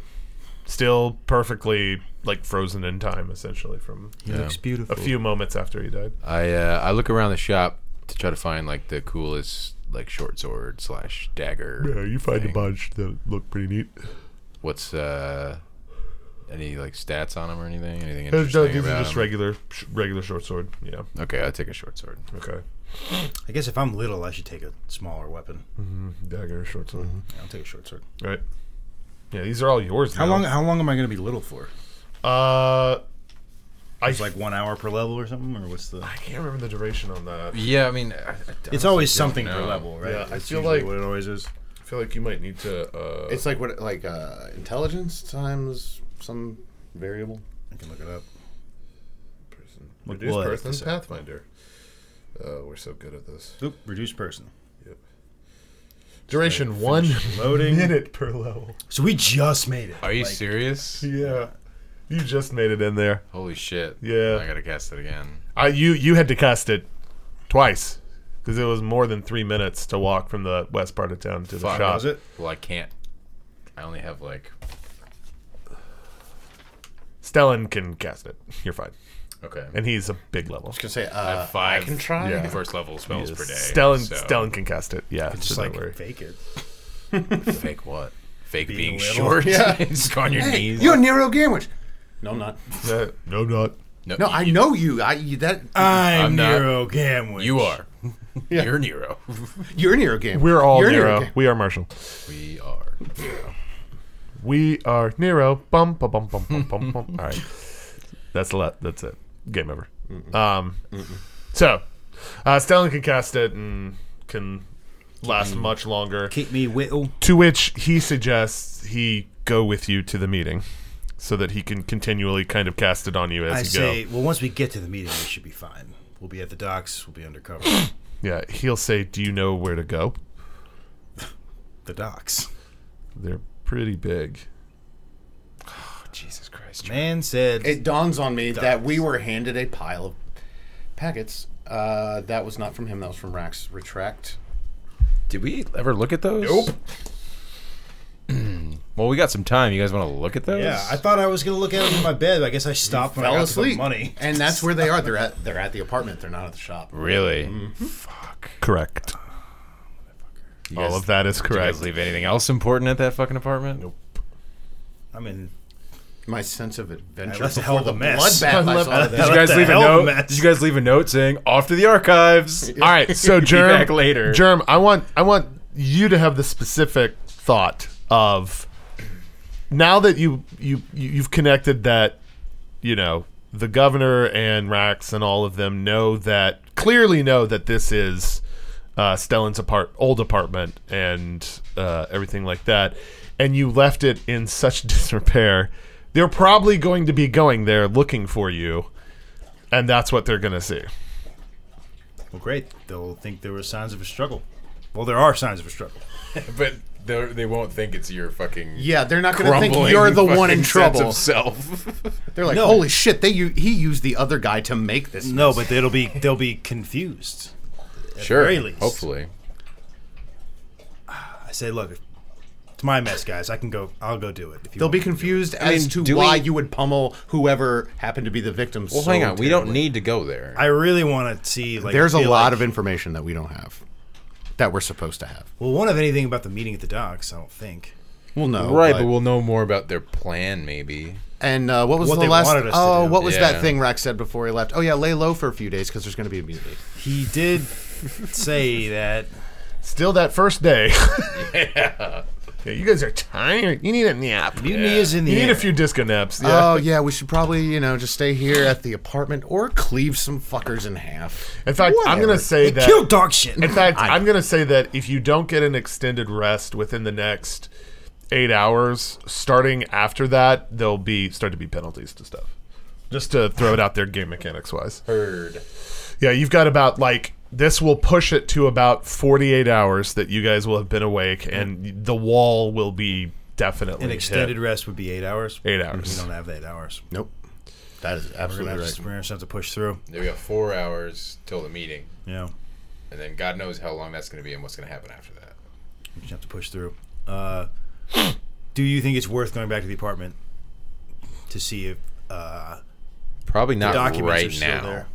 S5: Still perfectly like frozen in time, essentially from
S3: He looks beautiful.
S5: a few moments after he died.
S4: I uh, I look around the shop to try to find like the coolest like short sword slash dagger.
S5: Yeah, you find
S4: thing.
S5: a bunch that look pretty neat.
S4: What's uh any like stats on him or anything? Anything
S5: Uh,
S4: interesting
S5: No, these
S4: about
S5: are just
S4: him?
S5: regular, sh- regular short sword. Yeah.
S4: Okay, I take a short sword.
S5: Okay.
S3: I guess if I'm little, I should take a smaller weapon.
S5: Dagger, short sword.
S3: Yeah, I'll take a short sword.
S5: All right. Yeah, these are all yours.
S3: Mm-hmm. How
S5: now.
S3: long? How long am I going to be little for?
S5: Uh, I
S3: It's like one hour per level or something, or what's the?
S5: I can't remember the duration on that.
S4: Yeah, I mean, I, I
S3: It's
S4: honestly
S3: always
S4: don't
S3: something per
S4: know.
S3: level, right?
S5: Yeah, I
S3: That's
S5: feel
S3: usually
S5: like-
S3: what it always is.
S5: I feel like you might need to. Uh,
S6: It's like what like uh, intelligence times some variable.
S3: I can look it up.
S5: person.
S3: Look,
S5: Reduce
S3: we'll edit
S5: person
S3: this out.
S5: Pathfinder. Uh, we're so good at this.
S3: Oop, reduce person.
S5: Duration one
S3: (laughs) Loading.
S5: minute per level.
S3: So we just made it.
S4: Are you
S3: Like,
S4: serious?
S5: Yeah. You just made it in there.
S4: Holy shit!
S5: Yeah.
S4: I gotta cast it again.
S5: Uh, you you had to cast it twice because it was more than three minutes to walk from the west part of town to the
S4: Fuck,
S5: shop.
S3: Was it?
S4: Well, I can't. I only have like
S5: Stellan can cast it. You're fine,
S4: okay.
S5: and he's a big level.
S6: I was gonna say
S4: I
S6: uh,
S4: have five
S6: I can try.
S5: yeah.
S4: first level spells per day.
S5: Stellan
S4: so-
S5: Stellan can cast it. Yeah,
S3: Just
S5: so don't
S3: like
S5: worry.
S3: fake it.
S4: Fake what? Fake being,
S3: Being little.
S4: short. Yeah. (laughs) Just on your knees.
S6: You're Nero Gamwich. No, I'm not.
S5: Uh, no, I'm not.
S6: No,
S4: you-
S6: I know you. I you, that
S3: I'm,
S4: I'm not-
S3: Nero Gamwich.
S4: You are. You're Nero.
S6: you're Nero Gamwich.
S5: We're all
S6: You're
S5: Nero.
S6: Gamwich.
S5: We are Marshall.
S4: we are Nero.
S5: We are Nero. Bum ba bum bum bum bum bum. All right, that's a lot. That's it. Game over. Um, so uh, Stellan can cast it and can last much longer.
S3: Keep me whittle.
S5: To which he suggests he go with you to the meeting so that he can continually kind of cast it on you as
S3: I
S5: you
S3: say,
S5: go.
S3: well, once we get to the meeting, we should be fine. We'll be at the docks. We'll be
S6: (gasps)
S3: undercover.
S5: Yeah, he'll say, Do you know where to go?
S3: the docks.
S5: They're pretty big.
S4: Jesus Christ.
S3: Man said,
S6: It dawns on me that we were handed a pile of packets. Uh, that was not from him. That was from Rax. Retract.
S4: Did we ever look at those? Nope. (clears throat) well, we got some time. You guys want to look at those?
S3: "Yeah, I thought I was gonna look at it in my bed. but I guess I stopped when I
S6: Fell
S3: got to the
S6: asleep.
S3: money."
S6: And that's where they are. They're at. They're at the apartment. They're not at the shop.
S4: really? Fuck.
S5: Correct.
S4: You
S5: All
S4: guys-
S5: of that is
S4: Did you guys
S5: correct.
S4: leave anything else important at that fucking apartment? Nope.
S3: I mean,
S6: My sense of adventure.
S3: Hey, that's a
S6: before
S3: hell of a
S6: the
S3: mess. (laughs)
S6: bloodbath I
S5: I love-
S6: saw
S5: I-
S6: today.
S4: Did you
S3: What
S4: guys
S3: the
S4: leave a
S3: hell,
S4: note?
S3: Matt?
S4: Did you guys leave a note saying off to the
S5: (laughs)
S4: archives?
S5: All
S4: (laughs)
S5: right, so
S4: Be
S5: Germ,
S4: back later.
S5: Germ, I want I want you to have the specific thought of now that you you you- you've connected that you know the governor and Rax and all of them know that clearly know that this is uh, Stellan's apart old apartment and uh, everything like that, and you left it in such (laughs) disrepair. They're probably going to be going there looking for you, and that's what they're going to see.
S3: Well, great. They'll think there were signs of a struggle. Well, there are signs of a struggle.
S4: But they're- they won't think it's your fucking.
S6: Yeah, they're not going to think
S4: crumbling
S6: you're the one in
S4: fucking sense
S6: trouble.
S4: Of self.
S6: They're like, holy shit! They u- he used the other guy to make this.
S3: No,
S4: (laughs)
S6: mess."
S3: but they'll be they'll be confused. at
S4: Sure.
S3: the very least.
S4: Hopefully.
S3: I say, look, it's my mess, guys. I can go. I'll go do it. If you
S6: They'll
S3: want
S6: be
S3: me to do it."
S6: confused
S4: mean,
S6: as
S4: do
S6: to why
S4: we-
S6: you would pummel whoever happened to be the victim.
S4: Well, hang on. We don't need to go there.
S3: I really want to see. Like,
S6: There's a
S3: feel
S6: lot
S3: like-
S6: of information that we don't have, that we're supposed to have.
S3: Well, won't have anything about the meeting at the docks. I don't think.
S6: We'll know,
S4: right, but we'll know more about their plan, maybe.
S6: and uh, what was
S3: What
S6: the
S3: they
S6: last?
S3: wanted us to
S6: oh,
S3: do.
S6: what was
S4: Yeah.
S6: that thing Rack said before he left? Oh yeah, lay low for a few days because there's going to be a mutiny.
S3: He
S6: (laughs)
S3: did say that.
S5: Still that
S3: (laughs)
S5: first day. (laughs) yeah. You guys are tired. You need a nap. You
S3: Mutiny is in the
S5: need
S3: air. Uh,
S5: a few disco naps. Yeah.
S6: Oh yeah, we should probably you know just stay here at the apartment or cleave some fuckers in half.
S5: in fact, I'm
S6: whatever.
S5: gonna say
S3: They
S5: that.
S3: killed dog shit.
S5: In fact,
S6: I-
S5: I'm going to say that if you don't get an extended rest within the next eight hours, starting after that, there'll be start to be penalties to stuff. Just to throw it out there, game mechanics wise.
S4: Heard.
S5: Yeah, you've got about like this will push it to about 48 hours that you guys will have been awake, and the wall will be definitely
S3: An extended
S5: hit.
S3: rest would be eight hours.
S5: Eight
S3: We
S5: hours.
S3: don't have eight hours.
S6: Nope, that is
S3: We're gonna
S6: absolutely
S3: have
S6: right.
S3: to, we're gonna just have to push through.
S4: There we got four hours till the meeting,
S3: Yeah,
S4: and then God knows how long that's going to be and what's going to happen after that.
S3: we just have to push through. Uh, do you think it's worth going back to the apartment to see if uh,
S4: Probably
S3: the
S4: not
S3: documents are
S4: Uh, right
S3: still
S4: now,
S3: there?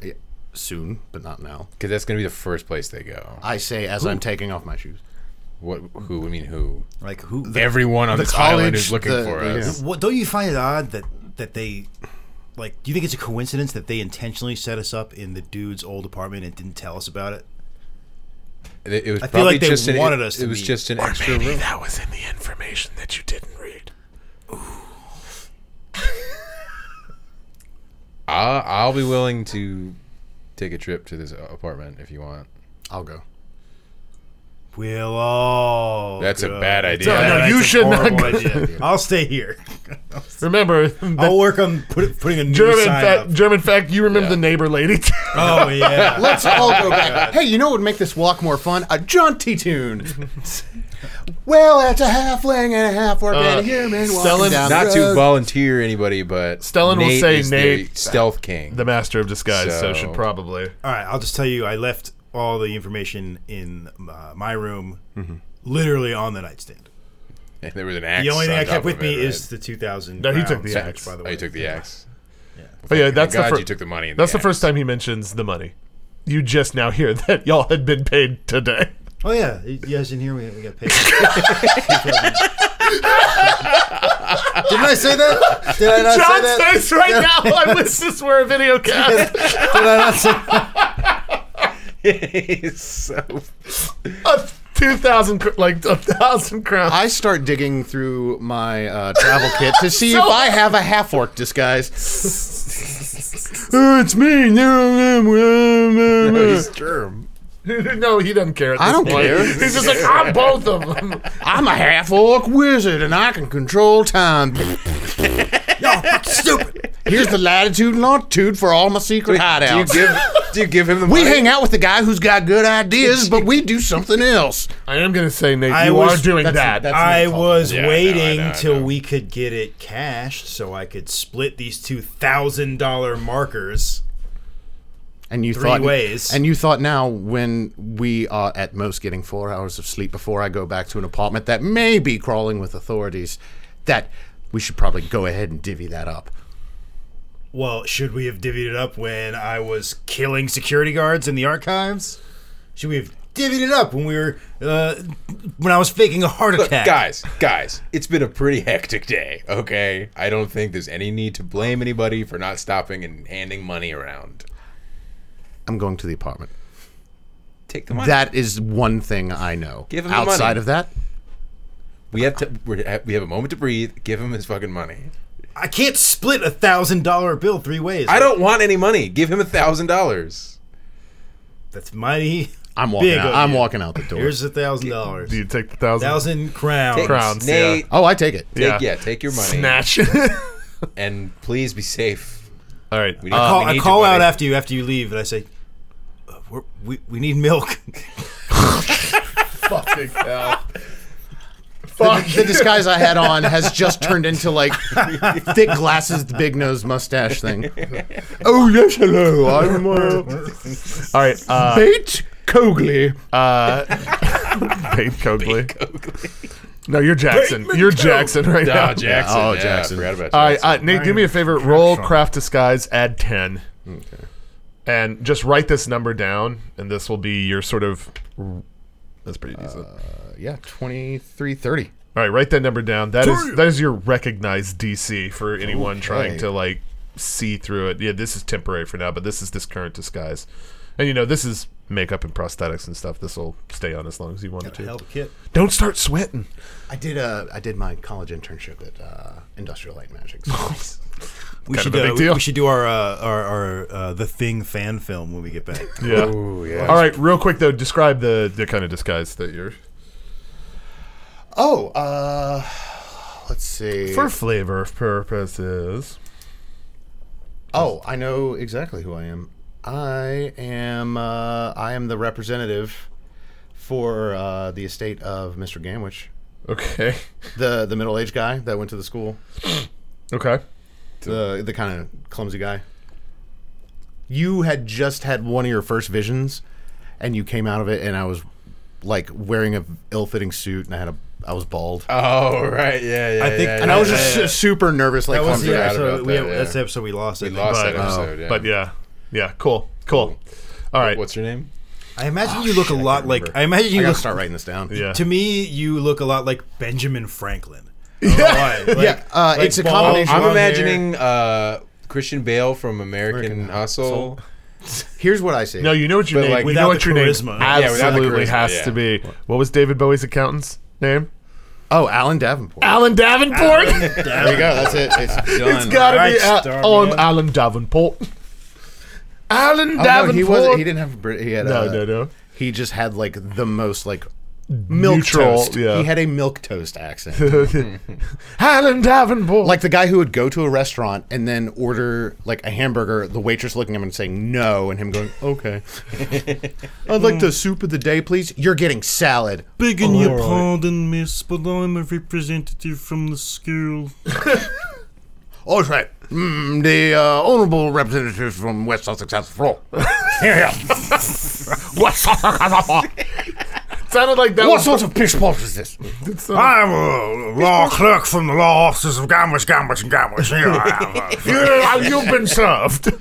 S6: Yeah, soon, but not now.
S4: because that's going to be the first place they go.
S6: I say as I'm taking off my shoes.
S4: What? Who? I mean, who?
S3: Like who?
S4: Everyone on
S6: the
S4: this island
S6: college,
S4: is looking
S6: the-
S4: for
S6: yeah.
S4: us.
S3: What, don't you find it odd that that they like? Do you think it's a coincidence that they intentionally set us up in the dude's old apartment and didn't tell us about it?
S4: It, it was
S3: I feel
S4: probably
S3: like they
S4: just an,
S3: wanted
S4: it-
S3: us
S4: It
S3: to
S4: was
S3: meet.
S4: just an extra room.
S5: That was in the information that you didn't read.
S4: I, I'll be willing to take a trip to this apartment if you want.
S6: I'll go.
S3: We'll
S5: Oh,
S3: all.
S4: That's
S3: go.
S4: a bad idea.
S5: No,
S3: that's
S5: you
S3: a
S5: should not
S3: horrible idea. (laughs) I'll stay here.
S5: (laughs) Remember, the
S3: I'll work on put, putting a new
S5: German
S3: sign up.
S5: fact, German fact, you remember
S4: Yeah.
S5: the neighbor lady? (laughs)
S3: (laughs) Oh yeah.
S6: Let's all go back. Hey, you know what would make this walk more fun? A jaunty tune. (laughs) well, that's a halfling and a half orc and a human walking
S5: Stellan-
S6: down
S4: Not
S6: the
S4: to
S6: road.
S4: volunteer anybody, but
S5: Stellan will say
S4: is
S5: Nate-
S4: the stealth king.
S5: the master of disguise, so,
S4: So-
S5: should probably.
S3: all right. I'll just tell you. I left all the information in uh, my room,
S4: Mm-hmm.
S3: literally on the nightstand.
S4: And (laughs) there was an axe.
S3: The only thing
S4: on
S3: I
S4: top
S3: kept with
S4: of
S3: me
S4: it, right?
S3: is the 2,000.
S5: No, he took
S3: rounds,
S5: the axe.
S3: which, By the
S4: Oh,
S3: way,
S4: you took the axe.
S5: But yeah, that's
S4: God,
S5: the first.
S4: you took the money. and
S5: That's the
S4: axe. (laughs)
S5: first time he mentions the money. You just now hear (laughs) that y'all had been paid today.
S3: Oh yeah, you guys in here we, we got (laughs) paid.
S6: Didn't I say that? Did I not say
S5: John's
S6: that?
S5: face right now. I wish this were a video cast.
S6: Did I not say
S4: He's so
S5: a two thousand, like a thousand crowns.
S6: I start digging through my uh, travel kit to see (laughs) if I have a half orc disguise. (laughs) Uh, it's me. um, uh.
S4: he's germ.
S5: (laughs) no, he doesn't care. At this
S6: I don't
S5: point.
S6: care.
S5: He's just like I'm both of them.
S6: I'm a half orc wizard and I can control time. (laughs)
S3: Stupid.
S6: Here's the latitude and longitude for all my secret
S4: Do you
S6: hideouts.
S4: give? (laughs) Do you give him the
S6: we
S4: money?
S6: hang out with the guy who's got good ideas, but we do something else.
S5: (laughs) I am gonna say, Nate,
S3: I
S5: you
S3: was-
S5: are doing
S6: that's-
S5: that.
S6: that's-
S3: I was
S4: Yeah, I know, I
S3: waiting
S4: know, I
S3: till
S4: know.
S3: we could get it cashed, so I could split these two thousand dollar markers.
S6: And you
S3: Three
S6: thought
S3: ways.
S6: And you thought now, when we are at most getting four hours of sleep before I go back to an apartment that may be crawling with authorities, that we should probably go ahead and divvy that up.
S3: Well, should we have divvied it up when I was killing security guards in the archives? Should we have divvied it up when we were uh, when I was faking a heart
S4: Look,
S3: attack?
S4: guys, guys, it's been a pretty hectic day. Okay, I don't think there's any need to blame anybody for not stopping and handing money around.
S6: I'm going to the apartment.
S4: Take the money.
S6: That is one thing I know.
S4: Give him the
S6: Outside
S4: money.
S6: of that,
S4: we have to. We're, we have a moment to breathe. Give him his fucking money.
S3: I can't split a thousand dollar bill three ways.
S4: I don't want any money. Give him a thousand dollars.
S3: That's mighty.
S6: I'm walking.
S3: Big
S6: Out,
S3: of
S6: I'm
S3: you.
S6: walking out the door.
S3: Here's a thousand dollars.
S5: Do you take the thousand?
S3: Thousand crowns.
S5: Crowns,
S4: Nate.
S6: oh, I take it.
S5: Yeah.
S4: Take, yeah, take your money
S5: Snatch. (laughs)
S4: and please be safe.
S5: All right.
S4: We
S5: uh,
S4: need-
S3: call,
S4: we
S3: I
S4: need
S3: call
S4: you,
S3: out
S4: buddy.
S3: after you after you leave, and I say, uh, we're, we we need milk. (laughs)
S5: fucking
S4: (laughs)
S5: hell. Fuck.
S6: The (laughs) disguise I had on has just turned
S3: (laughs)
S6: into like thick glasses, the big nose mustache thing. oh yes, hello. I'm uh,
S5: All right. Uh,
S6: bait.
S5: Cogley.
S4: (laughs)
S5: Uh, Bane Cogley. No, you're Jackson. you're Jackson right now.
S4: Oh, Jackson.
S6: Oh,
S4: Oh,
S6: Jackson.
S4: Jackson. forgot about
S5: All right,
S4: Jackson.
S5: uh, Nate, do me a favor. Roll craft disguise, add ten, and just write this number down, and this will be your sort of. That's pretty decent.
S4: Uh,
S6: yeah, 2330.
S5: All right, write that number down. That is that is your recognized DC for anyone trying to like see through it. Yeah, this is temporary for now, but this is this current disguise, and you know this is makeup and prosthetics and stuff. This will stay on as long as you want it to.
S3: Hell of a kit.
S5: Don't start sweating.
S6: I did uh, I did my college internship at uh, Industrial Light and Magic. So
S3: We
S5: Kind
S3: should,
S5: of a
S3: uh,
S5: big
S3: we-
S5: deal.
S3: we should do our uh, our, our uh, the thing fan film when we get back.
S5: Yeah. All right, real quick though, describe the the kind of disguise that you're
S6: oh, uh, let's see.
S5: for flavor purposes.
S6: oh, I know exactly who I am. I am uh, I am the representative for uh, the estate of Mr. Gamwich,
S5: Okay. (laughs)
S6: the the middle aged guy that went to the school,
S5: Okay.
S6: the the kind of clumsy guy. You had just had one of your first visions, and you came out of it, and I was like wearing a ill fitting suit, and I had a I was bald.
S4: Oh, right. Yeah, yeah.
S3: I think-
S4: yeah,
S6: and I was
S4: yeah,
S6: just
S4: yeah.
S6: su- super nervous, like
S3: That was
S6: clumsy
S3: the
S4: forgot
S6: guy.
S3: episode.
S4: about
S3: We
S4: that,
S3: have,
S4: yeah.
S3: That's the episode we lost. I
S4: We
S3: think.
S4: lost
S5: But,
S4: that
S5: uh,
S4: episode. yeah.
S5: But yeah. Yeah, cool. Cool. All right.
S4: What's your name?
S3: I imagine you look a
S6: I
S3: lot
S6: can't
S3: like.
S6: remember.
S3: I imagine you
S6: I gotta
S3: look.
S6: start writing this down.
S5: yeah.
S3: To me, you look a lot like Benjamin Franklin. Oh, Yeah, (laughs)
S6: Yeah, uh, it's a combination-
S4: I'm
S6: Long
S4: imagining uh, Christian Bale from American,
S6: American
S4: Hustle.
S6: Here's what I see.
S5: No, you know what your
S4: But,
S5: name.
S4: like,
S5: you
S3: without
S5: know what
S3: the
S5: your name
S3: charisma.
S4: Yeah, without the
S5: absolutely
S4: charisma,
S5: has
S4: yeah.
S5: to be. What was David Bowie's accountant's name?
S6: Oh, Alan Davenport.
S5: Alan Davenport.
S6: There you go. That's it. It's done.
S5: (laughs) it's got to
S3: Right,
S5: be Al-
S3: star
S5: on
S3: man.
S5: Alan Davenport. Alan
S6: Oh,
S5: Davenport.
S6: no, he was. He didn't have. a Brit- He had.
S5: no,
S6: uh,
S5: no, no.
S6: He just had like the most like milk
S5: Neutral,
S6: toast.
S5: yeah.
S6: He had a milk toast accent, (laughs)
S5: Alan Davenport.
S6: like the guy who would go to a restaurant and then order like a hamburger. The waitress looking at him and saying no, and him going, "Okay, I'd like
S5: Mm.
S6: the soup of the day, please." You're getting salad.
S7: Begging your pardon, miss, but I'm a representative from the school.
S6: All right, mm, the uh, honorable representative from West Sussex House Floor.
S5: what (laughs) sounded like that.
S6: What
S5: was,
S6: sort of pish posh is this?
S5: it sounded-
S7: I'm a law clerk from the law offices of Gamwish, Gamwish, and Gamwish. Here I am.
S5: you, you've been served.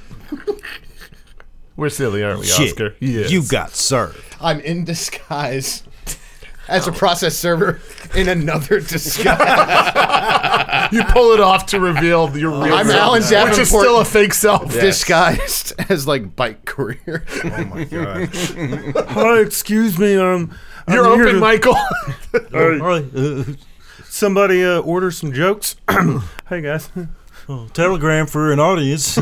S5: We're silly, aren't we,
S3: Shit,
S5: Oscar?
S3: you got served.
S6: I'm in disguise as a process server in another disguise.
S5: you pull it off to reveal your real
S6: Uh, I'm
S5: self,
S6: Alan
S5: which
S6: Davenport.
S5: is still a fake self.
S6: (laughs) Disguised as like bike courier.
S3: Oh my god!
S7: Hi, excuse me. Um, I'm
S5: You're
S7: here
S5: open,
S7: to-
S5: Michael.
S7: Hi, uh, somebody uh, order some jokes. (clears throat) hey guys. Oh, telegram for an (laughs) audience.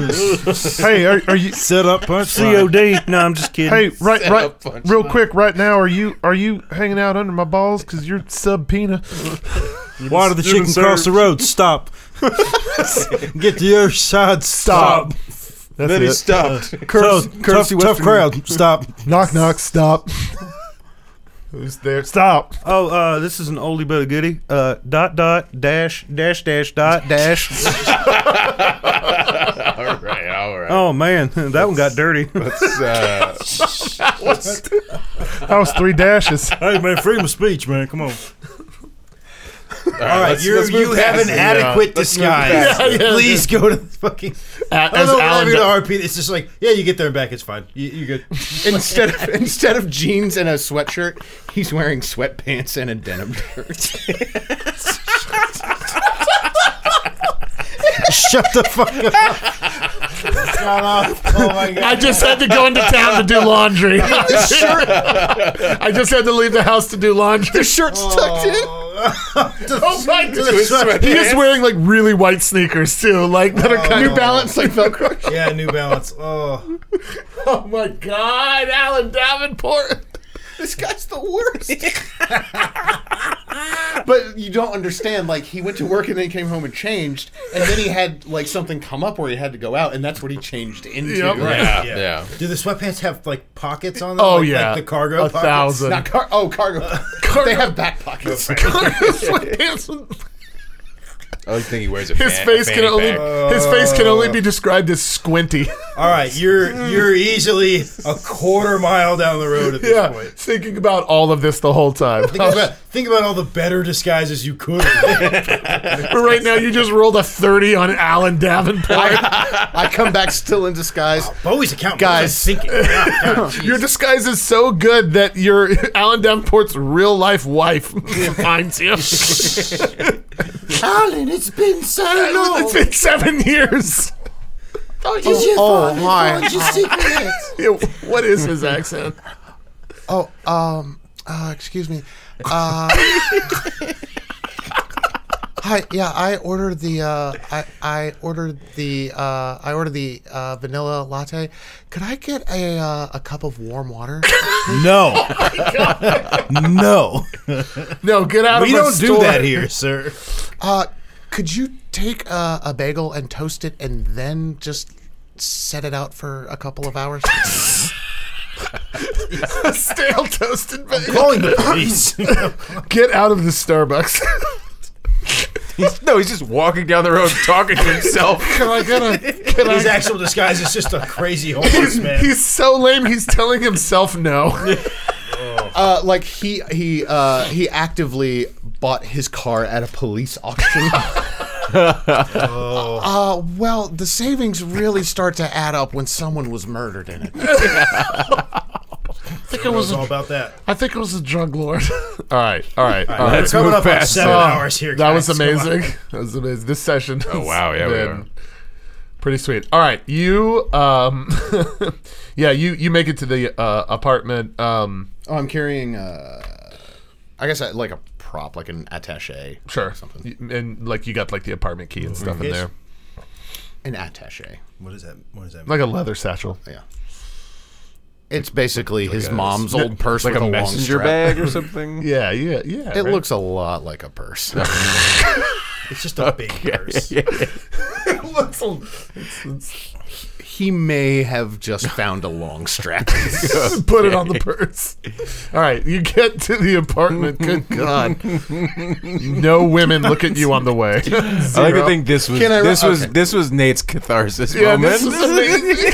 S5: (laughs) hey, are, are you?
S3: Set up punchline.
S7: COD. No, I'm just kidding.
S5: Hey, right,
S4: Set
S5: right,
S4: up punch
S5: real quick, right now, are you are you hanging out under my balls because you're sub pena?
S7: Why did the chicken cross the road?
S3: (laughs)
S7: Stop. Get to the other side. Stop.
S5: That's
S4: Then he
S5: it. Uh,
S4: stopped.
S7: So, tough, tough crowd. Stop.
S5: knock, knock, stop. Who's there? Stop.
S7: Oh, uh, this is an oldie but a goodie. Uh, dot dot dash dash dash dot dash.
S4: (laughs) all right, all right.
S7: Oh man, that one got dirty. (laughs)
S4: Let's, uh,
S5: That was three dashes.
S7: hey man, freedom of speech, man. Come on.
S4: all right,
S3: you you have an adequate disguise.
S4: past
S3: Please go to the fucking. I don't know what happened to the RP. It's just like, yeah, you get there and back. It's fine. You, you're (laughs) good.
S6: instead of instead of jeans and a sweatshirt, he's wearing sweatpants and a denim shirt.
S3: Shut the fuck up. Shut up. Oh my god.
S5: I just had to go into town to do
S6: (laughs)
S5: laundry. (laughs) I just had to leave the house to do laundry.
S6: Shirt's tucked in.
S3: (laughs)
S5: Oh (laughs) my
S4: his
S5: goodness. He's just wearing like really white sneakers too, like that are kind
S6: New
S5: of
S6: Balance like Velcro.
S3: Oh, (laughs) Yeah, New Balance. Oh,
S5: Oh my God, Alan Davenport.
S6: this guy's the worst. (laughs) but you don't understand. Like he went to work and then came home and changed, and then he had like something come up where he had to go out, and that's what he changed into.
S5: Yep. Right.
S4: Yeah,
S3: Yeah.
S4: yeah.
S3: do the sweatpants have like pockets on them?
S5: Oh
S3: Like-
S5: yeah,
S3: like the cargo
S5: a
S3: pockets?
S5: thousand.
S6: Not car.
S5: (laughs)
S3: (laughs)
S6: Oh, cargo. They have back pockets.
S5: Cargo sweatpants. with-
S4: I like to think he wears a
S5: His
S4: fan- a
S5: face can
S4: fanny
S5: only
S4: pack.
S5: his face can
S3: Oh.
S5: only be described as squinty.
S3: All right, you're you're easily a quarter mile down the road at this
S5: (laughs) yeah,
S3: point.
S5: thinking about all of this the whole time. (laughs)
S3: Think about, think about all the better disguises you could. (laughs) have.
S5: But right now, you just rolled a thirty on
S3: (laughs)
S5: Alan Davenport.
S6: I come back still in disguise.
S3: Bowie's account
S6: Guys.
S3: thinking.
S5: Your disguise is so good that your (laughs) Alan Davenport's real life wife (laughs) finds you.
S6: (laughs) Alan, it's been so
S5: it's been seven years.
S6: Oh, my.
S5: (laughs) Yeah, What is his accent?
S6: Oh, um, uh, excuse me. Uh, (laughs) hi, yeah, I ordered the, uh, I, I ordered the, uh, I ordered the uh, vanilla latte. Could I get a uh, a cup of warm water?
S3: (laughs) No, no,
S5: No, get out
S3: we
S5: of my
S3: don't do
S5: store.
S3: that here, sir.
S6: Uh, could you take a, a bagel and toast it, and then just set it out for a couple of hours?
S5: (laughs) Stale toasted bagel.
S3: Calling the police.
S5: Get out of the Starbucks.
S4: No, (laughs) he's just walking down the road talking to himself.
S5: (laughs) Can I get a?
S4: (laughs)
S3: (laughs)
S5: Can
S3: His
S5: I?
S3: actual disguise is just a (laughs) crazy homeless man.
S5: He's so lame. He's telling himself no.
S6: Uh, like he he uh, he actively bought his car at a police auction. (laughs) Uh, well, the savings really start to add up when someone was murdered in it.
S5: I think it
S3: It's
S5: was.
S3: all
S5: A,
S3: about that.
S5: I think it was a drug lord. (laughs) all right. All right. All right.
S4: Let's
S3: Coming
S4: move
S3: up on
S4: fast.
S3: seven
S5: Oh,
S3: hours here.
S5: That was
S3: guys. Come on.
S5: amazing. (laughs) That was amazing. This session.
S4: Oh, wow,
S5: has
S4: yeah, we
S5: been
S4: are.
S5: Pretty sweet. All right, you. Um, (laughs) yeah, you you make it to the uh, apartment. Um,
S6: Oh, I'm carrying. Uh, I guess I, like a prop, like an attaché.
S5: sure.
S6: Something.
S5: You- And like you got like the apartment key and stuff in
S3: Yes.
S5: there,
S6: An attaché.
S3: What is that? What is that?
S5: like a leather satchel.
S6: Yeah. It's basically his mom's old purse
S4: Like
S6: with
S4: a
S6: a, long
S4: messenger (laughs)
S6: strap.
S4: bag or something.
S5: Yeah, yeah, yeah.
S6: It
S5: right?
S6: looks a lot like a purse.
S3: it's just a big (laughs) purse.
S6: (laughs) he may have just found a long
S5: (laughs)
S6: strap. (laughs)
S5: Put it on the purse. All right, you get to the apartment. Good God. No women look at you on the way.
S4: I like to think this was
S6: Can I-
S4: this was
S6: okay.
S4: this was Nate's catharsis
S5: Yeah,
S4: moment.
S5: this
S4: (laughs)
S5: was amazing.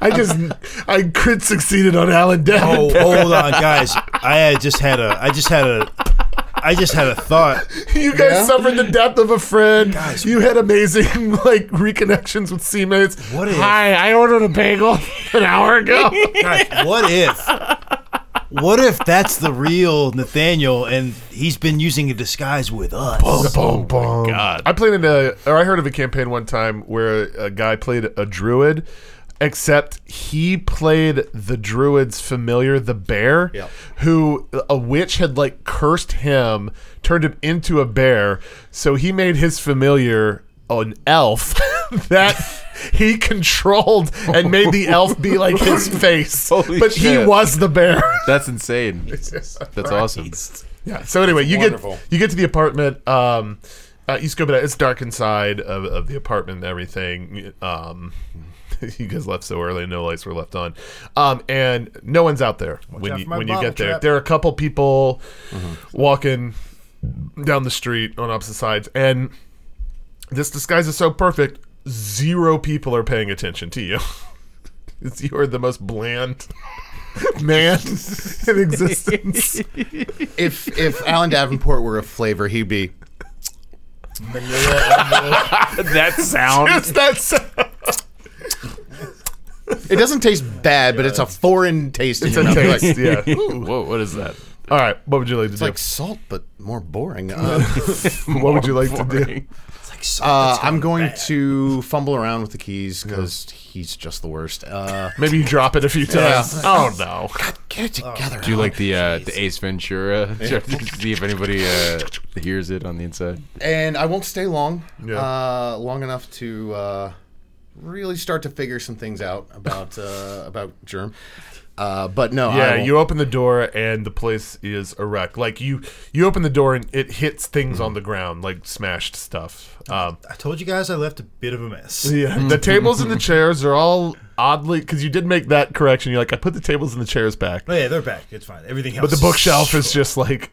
S5: I just, I crit succeeded on Alan
S3: Oh,
S5: Davenport.
S3: hold on, guys. I had just had a. I just had a. I just had a thought.
S5: (laughs) you guys suffered the death of a friend. you had amazing (laughs) like reconnections with seamates.
S3: What if-
S5: Hi, I ordered a bagel (laughs) an hour
S4: (laughs)
S5: ago.
S3: Guys, what if? What if that's the real Nathaniel and he's been using a disguise with us?
S4: Oh,
S5: boom, boom. God. oh I played in a, or I heard of a campaign one time where a guy played a druid, except he played the druid's familiar, the bear,
S6: Yeah.
S5: who a witch had like cursed him, turned him into a bear. So he made his familiar an elf (laughs) that he controlled and made the elf be like his
S4: (laughs)
S5: face.
S4: Holy
S5: but he
S4: shit.
S5: was the bear.
S4: That's insane. That's awesome.
S5: Yeah. So anyway, you
S6: wonderful.
S5: get you get to the apartment. Um, uh, you scope it out. It's dark inside of, of the apartment and everything. Um, (laughs) you guys left so early, no lights were left on, um, and no one's out there when
S3: out
S5: you
S3: for my
S5: when you get
S3: bottle
S5: there.
S3: trap. Mm-hmm.
S5: There are a couple people walking down the street on opposite sides, and this disguise is so perfect. Zero people are paying attention to you. (laughs) It's- You're the most bland
S3: (laughs)
S5: (laughs) man in existence.
S6: if if Alan Davenport were a flavor, he'd be
S4: that sound.
S5: It's that (laughs) sound.
S6: It doesn't taste bad, but it's a foreign taste. It's
S5: It's a taste,
S6: Like,
S5: yeah.
S4: Whoa, what is that?
S5: All right, what would you like to do?
S6: like salt, but more boring. Uh, (laughs)
S5: what would you like to do?
S4: boring.
S6: uh, I'm going to fumble around with the keys because he's just the worst. Uh,
S5: Maybe you drop it a few times.
S4: (laughs)
S5: Oh no!
S6: (laughs) get it together.
S4: Do you like the uh, the Ace Ventura? (laughs) See if anybody uh, hears it on the inside.
S6: and I won't stay long.
S5: Yeah.
S6: Uh, long enough to uh, really start to figure some things out about uh, about germ. Uh, but no, I
S5: Yeah,
S6: won't.
S5: you open the door and the place is a wreck. Like you, you open the door and it hits things
S4: Mm-hmm.
S5: on the ground, like smashed stuff. Um,
S3: I told you guys I left a bit of a mess.
S5: yeah,
S4: Mm-hmm.
S5: the tables and the chairs are all oddly because you did make that correction. You're like, I put the tables and the chairs back,
S3: Oh yeah, they're back. (laughs) It's fine. Everything else.
S5: but the
S3: is-
S4: Mm-hmm.
S5: bookshelf is just like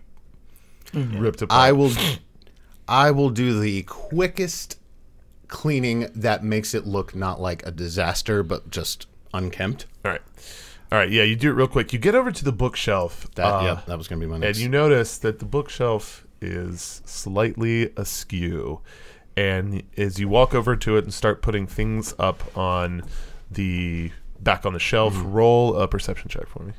S5: ripped apart.
S6: I will. I will do the quickest cleaning that makes it look not like a disaster, but just unkempt.
S5: All right. All right. Yeah, you do it real quick. You get over to the bookshelf.
S6: That
S5: uh,
S6: yep, that was gonna be my
S5: and
S6: next.
S5: you notice that the bookshelf is slightly askew. And as you walk over to it and start putting things up on the back on the shelf,
S6: Mm-hmm.
S5: roll a perception check for me.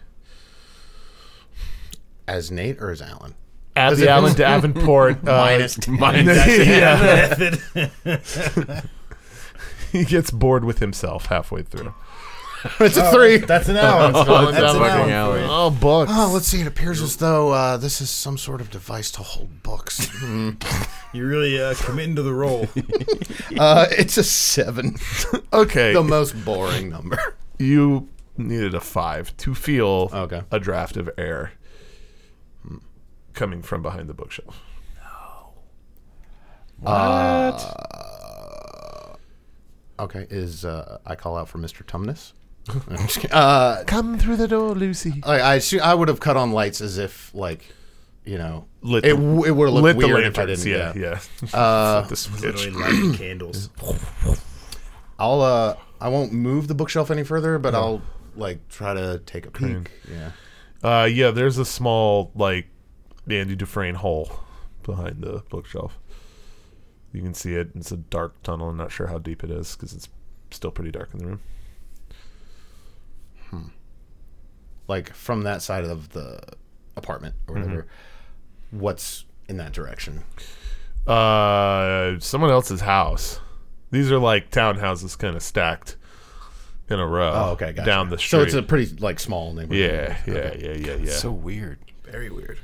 S6: as Nate or as Alan?
S5: As the Allen (laughs) Davenport uh,
S6: (laughs) Minus
S5: (laughs)
S6: ten.
S5: yeah,
S3: Method. (laughs)
S5: he gets bored with himself halfway through.
S6: (laughs) it's a (laughs) three.
S3: Oh, That's an hour.
S4: Oh,
S3: That's an
S4: fucking
S3: hour.
S4: Alan.
S5: Oh, books.
S6: Oh, let's see. It appears as though uh, this is some sort of device to hold books. Hmm.
S3: You're really uh, committing to the role.
S6: uh, it's a seven, (laughs)
S5: okay.
S6: the most boring number.
S5: you needed a five to feel
S6: Okay.
S5: a draft of air coming from behind the bookshelf.
S6: Okay, is uh, I call out for Mr. Tumnus? (laughs) I'm just kidding. uh,
S5: Come through the door, Lucy.
S6: I I, assu- I would have cut on lights as if like, you know,
S5: Lit
S6: it
S5: the-
S6: w- it would have
S5: Lit
S6: looked
S5: the
S6: weird if I
S5: lanterns.
S6: didn't. Uh, Oh.
S5: Yeah, yeah. (laughs) Flip the switch.
S6: (clears throat)
S3: Literally lighting candles.
S6: I'll uh, I won't move the bookshelf any further, but I'll like try to take a peek. Yeah.
S5: Uh, yeah, there's a small like Andy Dufresne hole behind the bookshelf. You can see it. It's a dark tunnel. I'm not sure how deep it is because it's still pretty dark in the room.
S6: like from that side of the apartment or
S5: Mm-hmm.
S6: whatever what's in that direction
S5: Uh, someone else's house. These are like townhouses, kind of stacked in a row.
S6: oh okay gotcha.
S5: down the street.
S6: so it's a pretty like small neighborhood
S5: yeah, yeah, yeah, yeah, yeah.
S4: So weird.
S3: Very weird.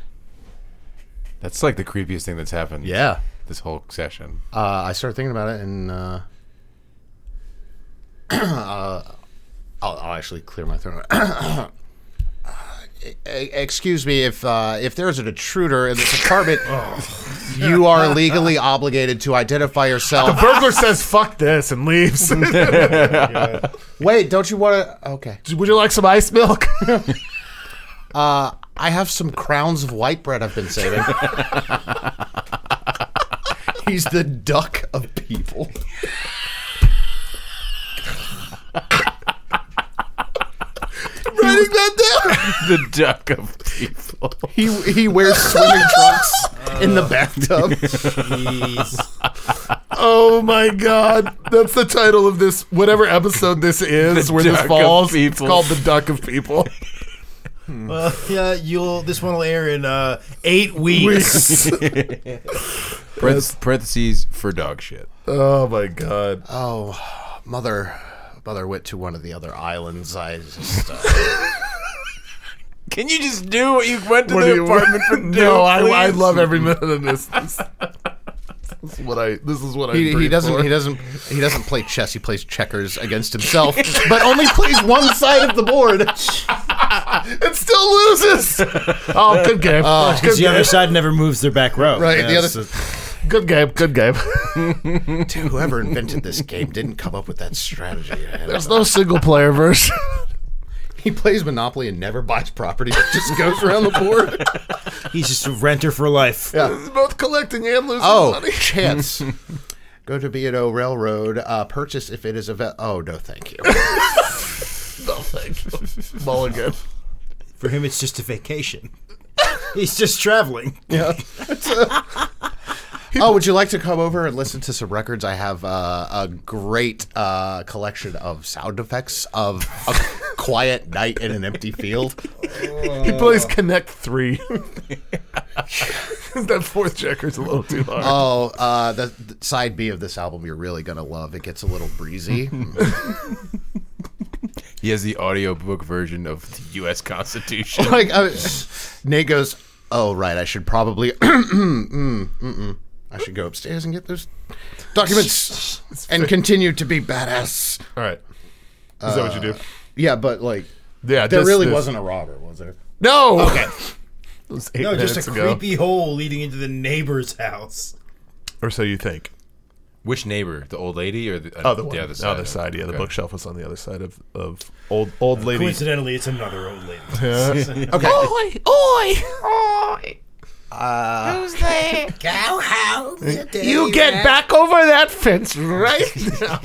S4: That's like the creepiest thing that's happened.
S6: yeah
S4: This whole session.
S6: uh, i started thinking about it and uh, (clears throat) uh, I'll, I'll actually clear my throat (coughs) Uh, e- Excuse me if uh, if there's an intruder in
S5: (laughs)
S6: this apartment,
S5: Oh.
S6: you are legally obligated to identify yourself.
S5: Burglar says "fuck this" and leaves. Would
S6: Wait, don't you want to? Okay,
S5: you like some ice milk? (laughs)
S6: Uh, I have some crowns of white bread I've been saving. He's the duck of people. Writing that
S4: the duck of people.
S6: down. He he wears (laughs) swimming trunks in
S3: Uh.
S6: the bathtub.
S3: (laughs) Jeez.
S5: oh my god, that's the title of this whatever episode
S6: (laughs)
S5: this is
S4: The
S5: where this
S4: Duck of
S5: falls. It's
S4: People.
S5: called the Duck of People.
S3: (laughs)
S5: (laughs)
S3: Well, yeah, you'll. This one will air in uh, eight weeks.
S4: Parenth- (laughs) parentheses for dog shit.
S5: oh my god.
S6: Oh, mother, mother went to one of the other islands. I just uh,
S4: Can you just do what you went to
S5: What
S4: the
S5: do you-
S4: apartment (laughs) for?
S5: (laughs) no,
S4: do,
S5: I, I
S4: please?
S5: love every minute of this. This, this is what I. This is what I.
S6: he, he
S5: breathe
S6: doesn't
S5: for.
S6: he doesn't he doesn't play chess. He plays checkers against himself, but only plays one side of the board.
S5: It still
S6: (laughs)
S5: loses. oh, good game. good,
S3: the
S5: game.
S3: other side never moves their back row.
S6: Right, the other-
S3: so-
S6: (laughs)
S5: good game. Good game.
S6: Dude, whoever invented this game didn't come up with that strategy. man.
S5: (laughs) There's no single player (laughs) version.
S6: He plays Monopoly and never buys property. Just goes around the board.
S3: he's just a renter for life.
S5: It's both collecting and losing
S6: Oh,
S5: money. (laughs)
S6: chance. Go to B&O Railroad. Uh, purchase if it is a vet. Oh, no, thank you.
S5: Mulligan.
S3: For him, it's just a vacation. (laughs) He's just traveling.
S6: oh, would you like to come over and listen to some records? I have uh, a great uh, collection of sound effects of a quiet night in an empty field.
S5: He plays Connect Three. (laughs) that fourth checker's a little too hard.
S6: Oh, uh, the, the side B of this album you're really going to love. It gets a little breezy. (laughs)
S4: He has the audiobook version of the U.S. Constitution.
S6: like I was- Nate goes, "Oh right, I should probably, (clears throat) mm, mm, mm. I should go upstairs and get those documents and continue to be badass."
S5: All right. Is that what you do?
S6: Yeah, but like
S5: Yeah.
S6: there
S5: this-
S6: really
S5: this-
S6: wasn't a robber, was there?
S5: No. Okay. (laughs) was eight
S3: No, just
S5: minutes
S3: a
S5: ago.
S3: creepy hole leading into the neighbor's house.
S5: or so you think.
S4: (laughs) Which neighbor? The old lady or the,
S5: other one,
S4: the
S5: the
S4: other side?
S5: other side. Yeah, the
S4: Okay.
S5: bookshelf was on the other side of of old old lady.
S3: Coincidentally, it's another old
S6: (laughs)
S3: lady.
S6: Okay,
S8: Who's there? Go home.
S5: You get back over that fence right now.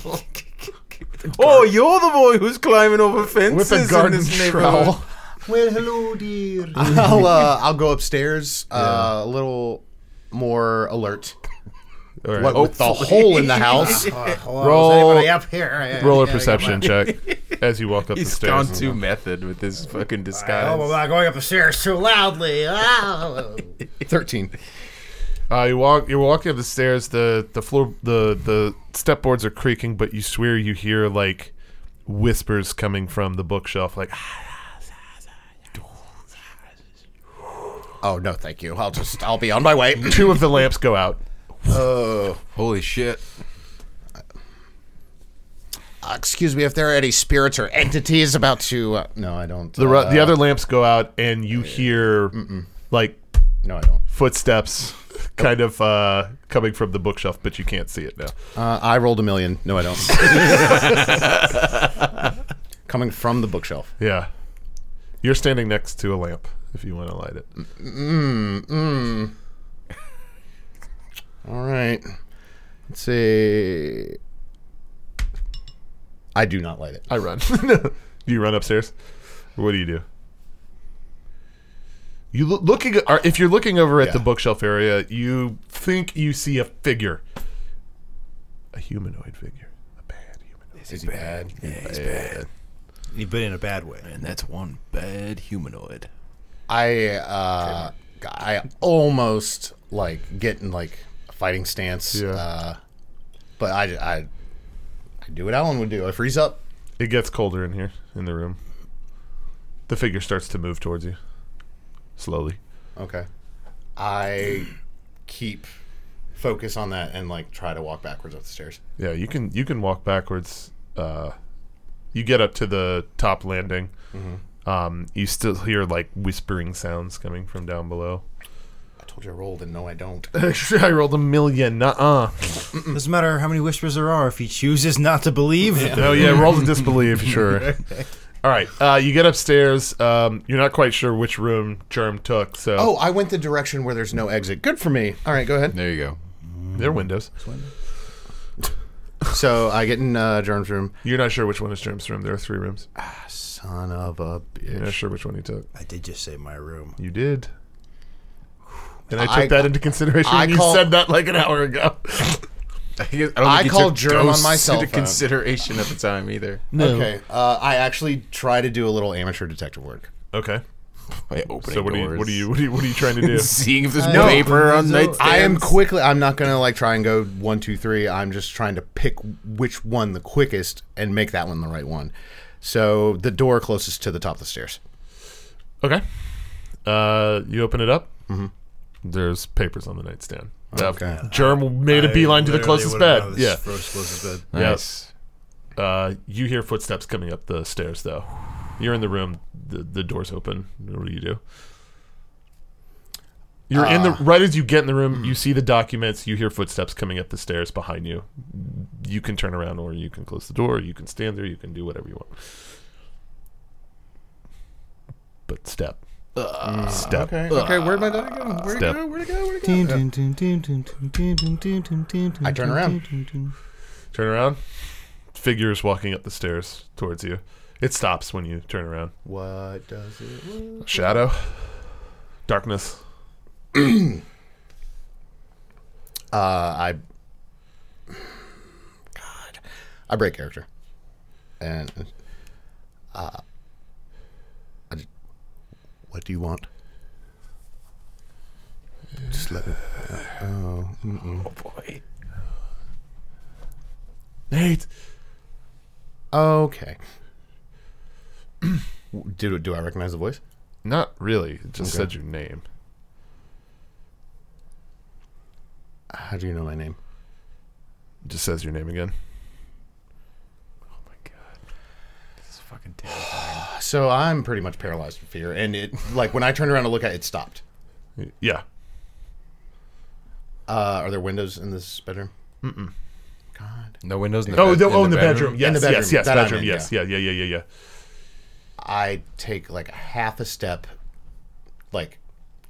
S8: Oh, you're the boy who's climbing over
S5: With
S8: fences
S5: a
S8: in
S5: garden
S8: this neighborhood.
S5: trowel.
S6: Well, hello, dear.
S5: (laughs)
S6: I'll uh, I'll go upstairs uh, a little more alert.
S5: All right.
S6: What with the hole in
S5: (laughs)
S6: the house?
S5: Uh, Roll-
S3: Roll.
S5: (laughs)
S3: up here? I-
S5: Roll a
S6: Yeah, I got
S5: perception check as
S4: (laughs)
S5: you walk up the
S8: He's
S5: stairs.
S8: gone too method with his fucking
S3: Oh, I hope I'm
S8: disguise.
S3: not going up the stairs too loudly. Ah.
S6: Thirteen.
S5: Uh, you walk. You're walking up the stairs. The the floor. The the step boards are creaking, but you swear you hear like whispers coming from the bookshelf. Like (laughs)
S6: Oh no, thank you. I'll just I'll be on my
S5: (clears throat)
S6: way.
S5: two of the lamps go out.
S6: Oh,
S8: Holy shit.
S6: uh, excuse me if there are any spirits or entities about to. Uh, no, I don't.
S5: The ru- the
S6: uh,
S5: other lamps go out, and you hear like
S6: No, I don't.
S5: footsteps, kind of uh, coming from the bookshelf, but you can't see it now.
S6: Uh, I rolled a million. No,
S5: (laughs)
S6: I don't. Coming from the bookshelf.
S5: Yeah, you're standing next to a lamp. If you want to light it,
S6: All right. Let's see. I do not light it.
S5: I run. Do (laughs) you run upstairs? Or what do you do? You loo- looking are- if you're looking over at the
S6: Yeah.
S5: bookshelf area, you think you see a figure, a humanoid figure, a bad humanoid.
S6: Is he bad?
S3: but in a bad way.
S8: And that's one bad humanoid.
S6: I uh, I almost like get in like a fighting stance.
S5: Yeah.
S6: Uh, but I, I I do what Alan would do. I freeze up.
S5: It gets colder in here in the room. The figure starts to move towards you, slowly.
S6: Okay. I keep focus on that and like try to walk backwards up the stairs.
S5: Yeah, you can you can walk backwards. Uh, you get up to the top landing. Um, you still hear like whispering sounds coming from down below.
S6: I told you I rolled, and no, I don't.
S5: (laughs) I rolled a million. Nuh-uh.
S3: Doesn't matter how many whispers there are if he chooses not to believe. them.
S5: Oh yeah, (laughs) roll to disbelieve. (laughs) Sure. All right. Uh, you get upstairs. Um, you're not quite sure which room Germ took. So
S6: oh, I went the direction where there's no exit. Good for me. All right, go (laughs) ahead.
S4: There you go.
S5: they're windows.
S6: So I get in uh, Germ's room.
S5: You're not sure which one is Germ's room. There are three rooms.
S6: Son of a bitch.
S5: You're not sure which one he took.
S3: I did just say my room.
S5: You did. And I took
S6: I-
S5: that into consideration.
S6: I
S5: when you
S6: call-
S5: said that like an hour
S4: (laughs)
S5: ago.
S8: I,
S6: I called Jerome on my cell
S8: into
S6: phone.
S8: consideration at the time either.
S6: Okay. Uh, I actually try to do a little amateur detective work.
S5: Okay.
S8: By opening
S5: So what are you? What
S8: doors.
S5: are
S4: (laughs)
S5: you? What are you, what are you trying (laughs) to do?
S8: Seeing if there's
S6: Uh, No.
S8: paper on
S3: So-
S8: nightstands.
S6: I am quickly. I'm not gonna like try and go one, two, three. I'm just trying to pick which one the quickest and make that one the right one. So the door closest to the top of the stairs.
S5: Okay. Uh, you open it up. There's papers on the nightstand.
S6: Okay.
S5: Germ made a
S3: I
S5: beeline to the
S3: literally
S5: closest
S3: would've
S5: bed.
S3: gone to the
S5: Yeah.
S3: first closest bed.
S5: Yes. Uh, you hear footsteps coming up the stairs, though. You're in the room. The, the door's open. What do you do? You're in
S6: Uh.
S5: the right as you get in the room. You see the documents. You hear footsteps coming up the stairs behind you. You can turn around, or you can close the door. You can stand there. You can do whatever you want. But step, step.
S6: Uh, Okay. Where'd my daughter go? Where'd
S5: Step.
S6: Where'd it go? Where'd it
S7: I
S6: I turn around.
S5: Turn around. Figures walking up the stairs towards you. It stops when you turn around.
S6: What does it?
S5: Shadow. Darkness.
S6: Uh, I. God. I break character. And. Uh, I just, what do you want? Just let me. Oh. mm-mm.
S8: boy.
S5: Nate.
S6: Okay. (clears throat) do, do I recognize the voice?
S5: Not really. It just said your name.
S6: How do you know my name?
S5: It just says your name again.
S8: Oh my god. This is fucking terrifying.
S6: So I'm pretty much paralyzed with fear. And it, like, when I turned around to look at it, it stopped.
S5: Y- Yeah.
S6: Uh, are there windows in this bedroom? Mm-mm. God.
S8: No windows in the
S5: Oh,
S8: bed-
S5: the, oh, in the bedroom. Yes,
S6: In the bedroom.
S5: yes, yes,
S6: That I'm
S5: bedroom.
S6: in,
S5: yes, yeah. yeah, yeah, yeah, yeah.
S6: I take like a half a step, like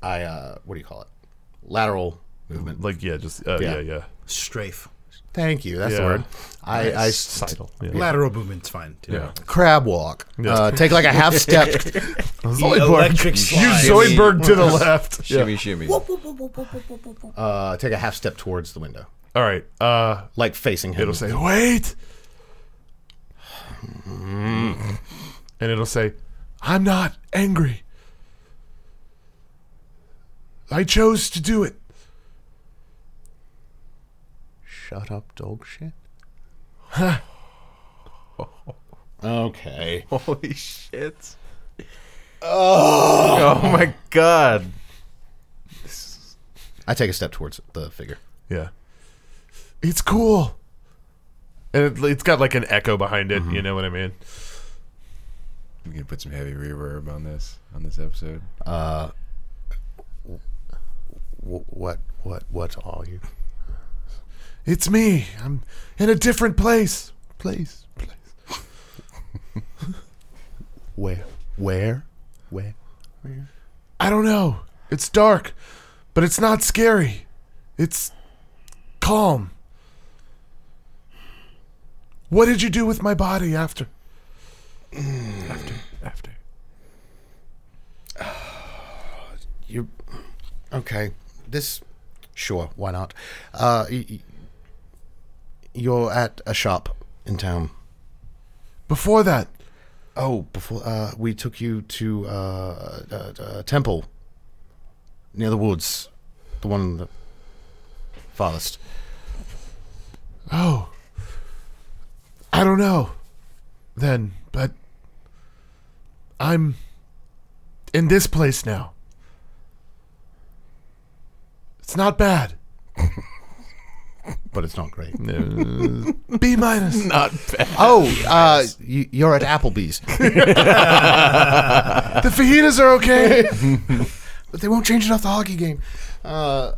S6: I uh, what do you call it? Lateral movement.
S5: Like yeah, just uh, yeah.
S6: Yeah.
S5: yeah,
S3: Strafe.
S6: Thank you. That's
S5: Yeah.
S6: the word. I, I
S5: Sidle, Yeah.
S3: Lateral movement's fine too.
S5: Yeah.
S6: crab walk.
S5: Yeah.
S6: Uh, take like
S5: (laughs)
S6: a half step.
S5: Zoidberg.
S3: electric
S5: You
S3: slide.
S5: Zoidberg to the left. Yeah.
S8: Shimmy, shimmy.
S6: Uh, take a half step towards the window,
S5: All right. Uh,
S6: like facing him.
S5: it'll say wait, and it'll say, "I'm not angry. I chose to do it."
S6: "Shut up, dog shit." okay.
S8: Holy shit. Oh. my god.
S6: I take a step towards the figure.
S5: Yeah. It's cool. And it, it's got like an echo behind it. You know what I mean?
S4: I'm gonna put some heavy reverb on this on this episode.
S6: W- what? What? What are you?
S5: It's me. I'm in a different place. Place. Place.
S6: (laughs) Where? Where? Where?
S5: I don't know. It's dark, but it's not scary. It's calm. What did you do with my body after?
S6: Mm.
S8: After.
S6: You? Okay. This. Sure. Why not? Uh, y- y- you're at a shop in town.
S5: Before that,
S6: Oh, before uh, we took you to uh, a, a, a temple near the woods, the one in the farthest.
S5: Oh. I don't know. Then, but I'm in this place now. It's not bad.
S6: (laughs) But it's not great.
S5: B minus.
S4: (laughs)
S6: Oh, uh, you, you're at (laughs) Applebee's.
S5: The fajitas are
S6: (laughs)
S5: okay.
S6: but they won't change it off the hockey game. Uh,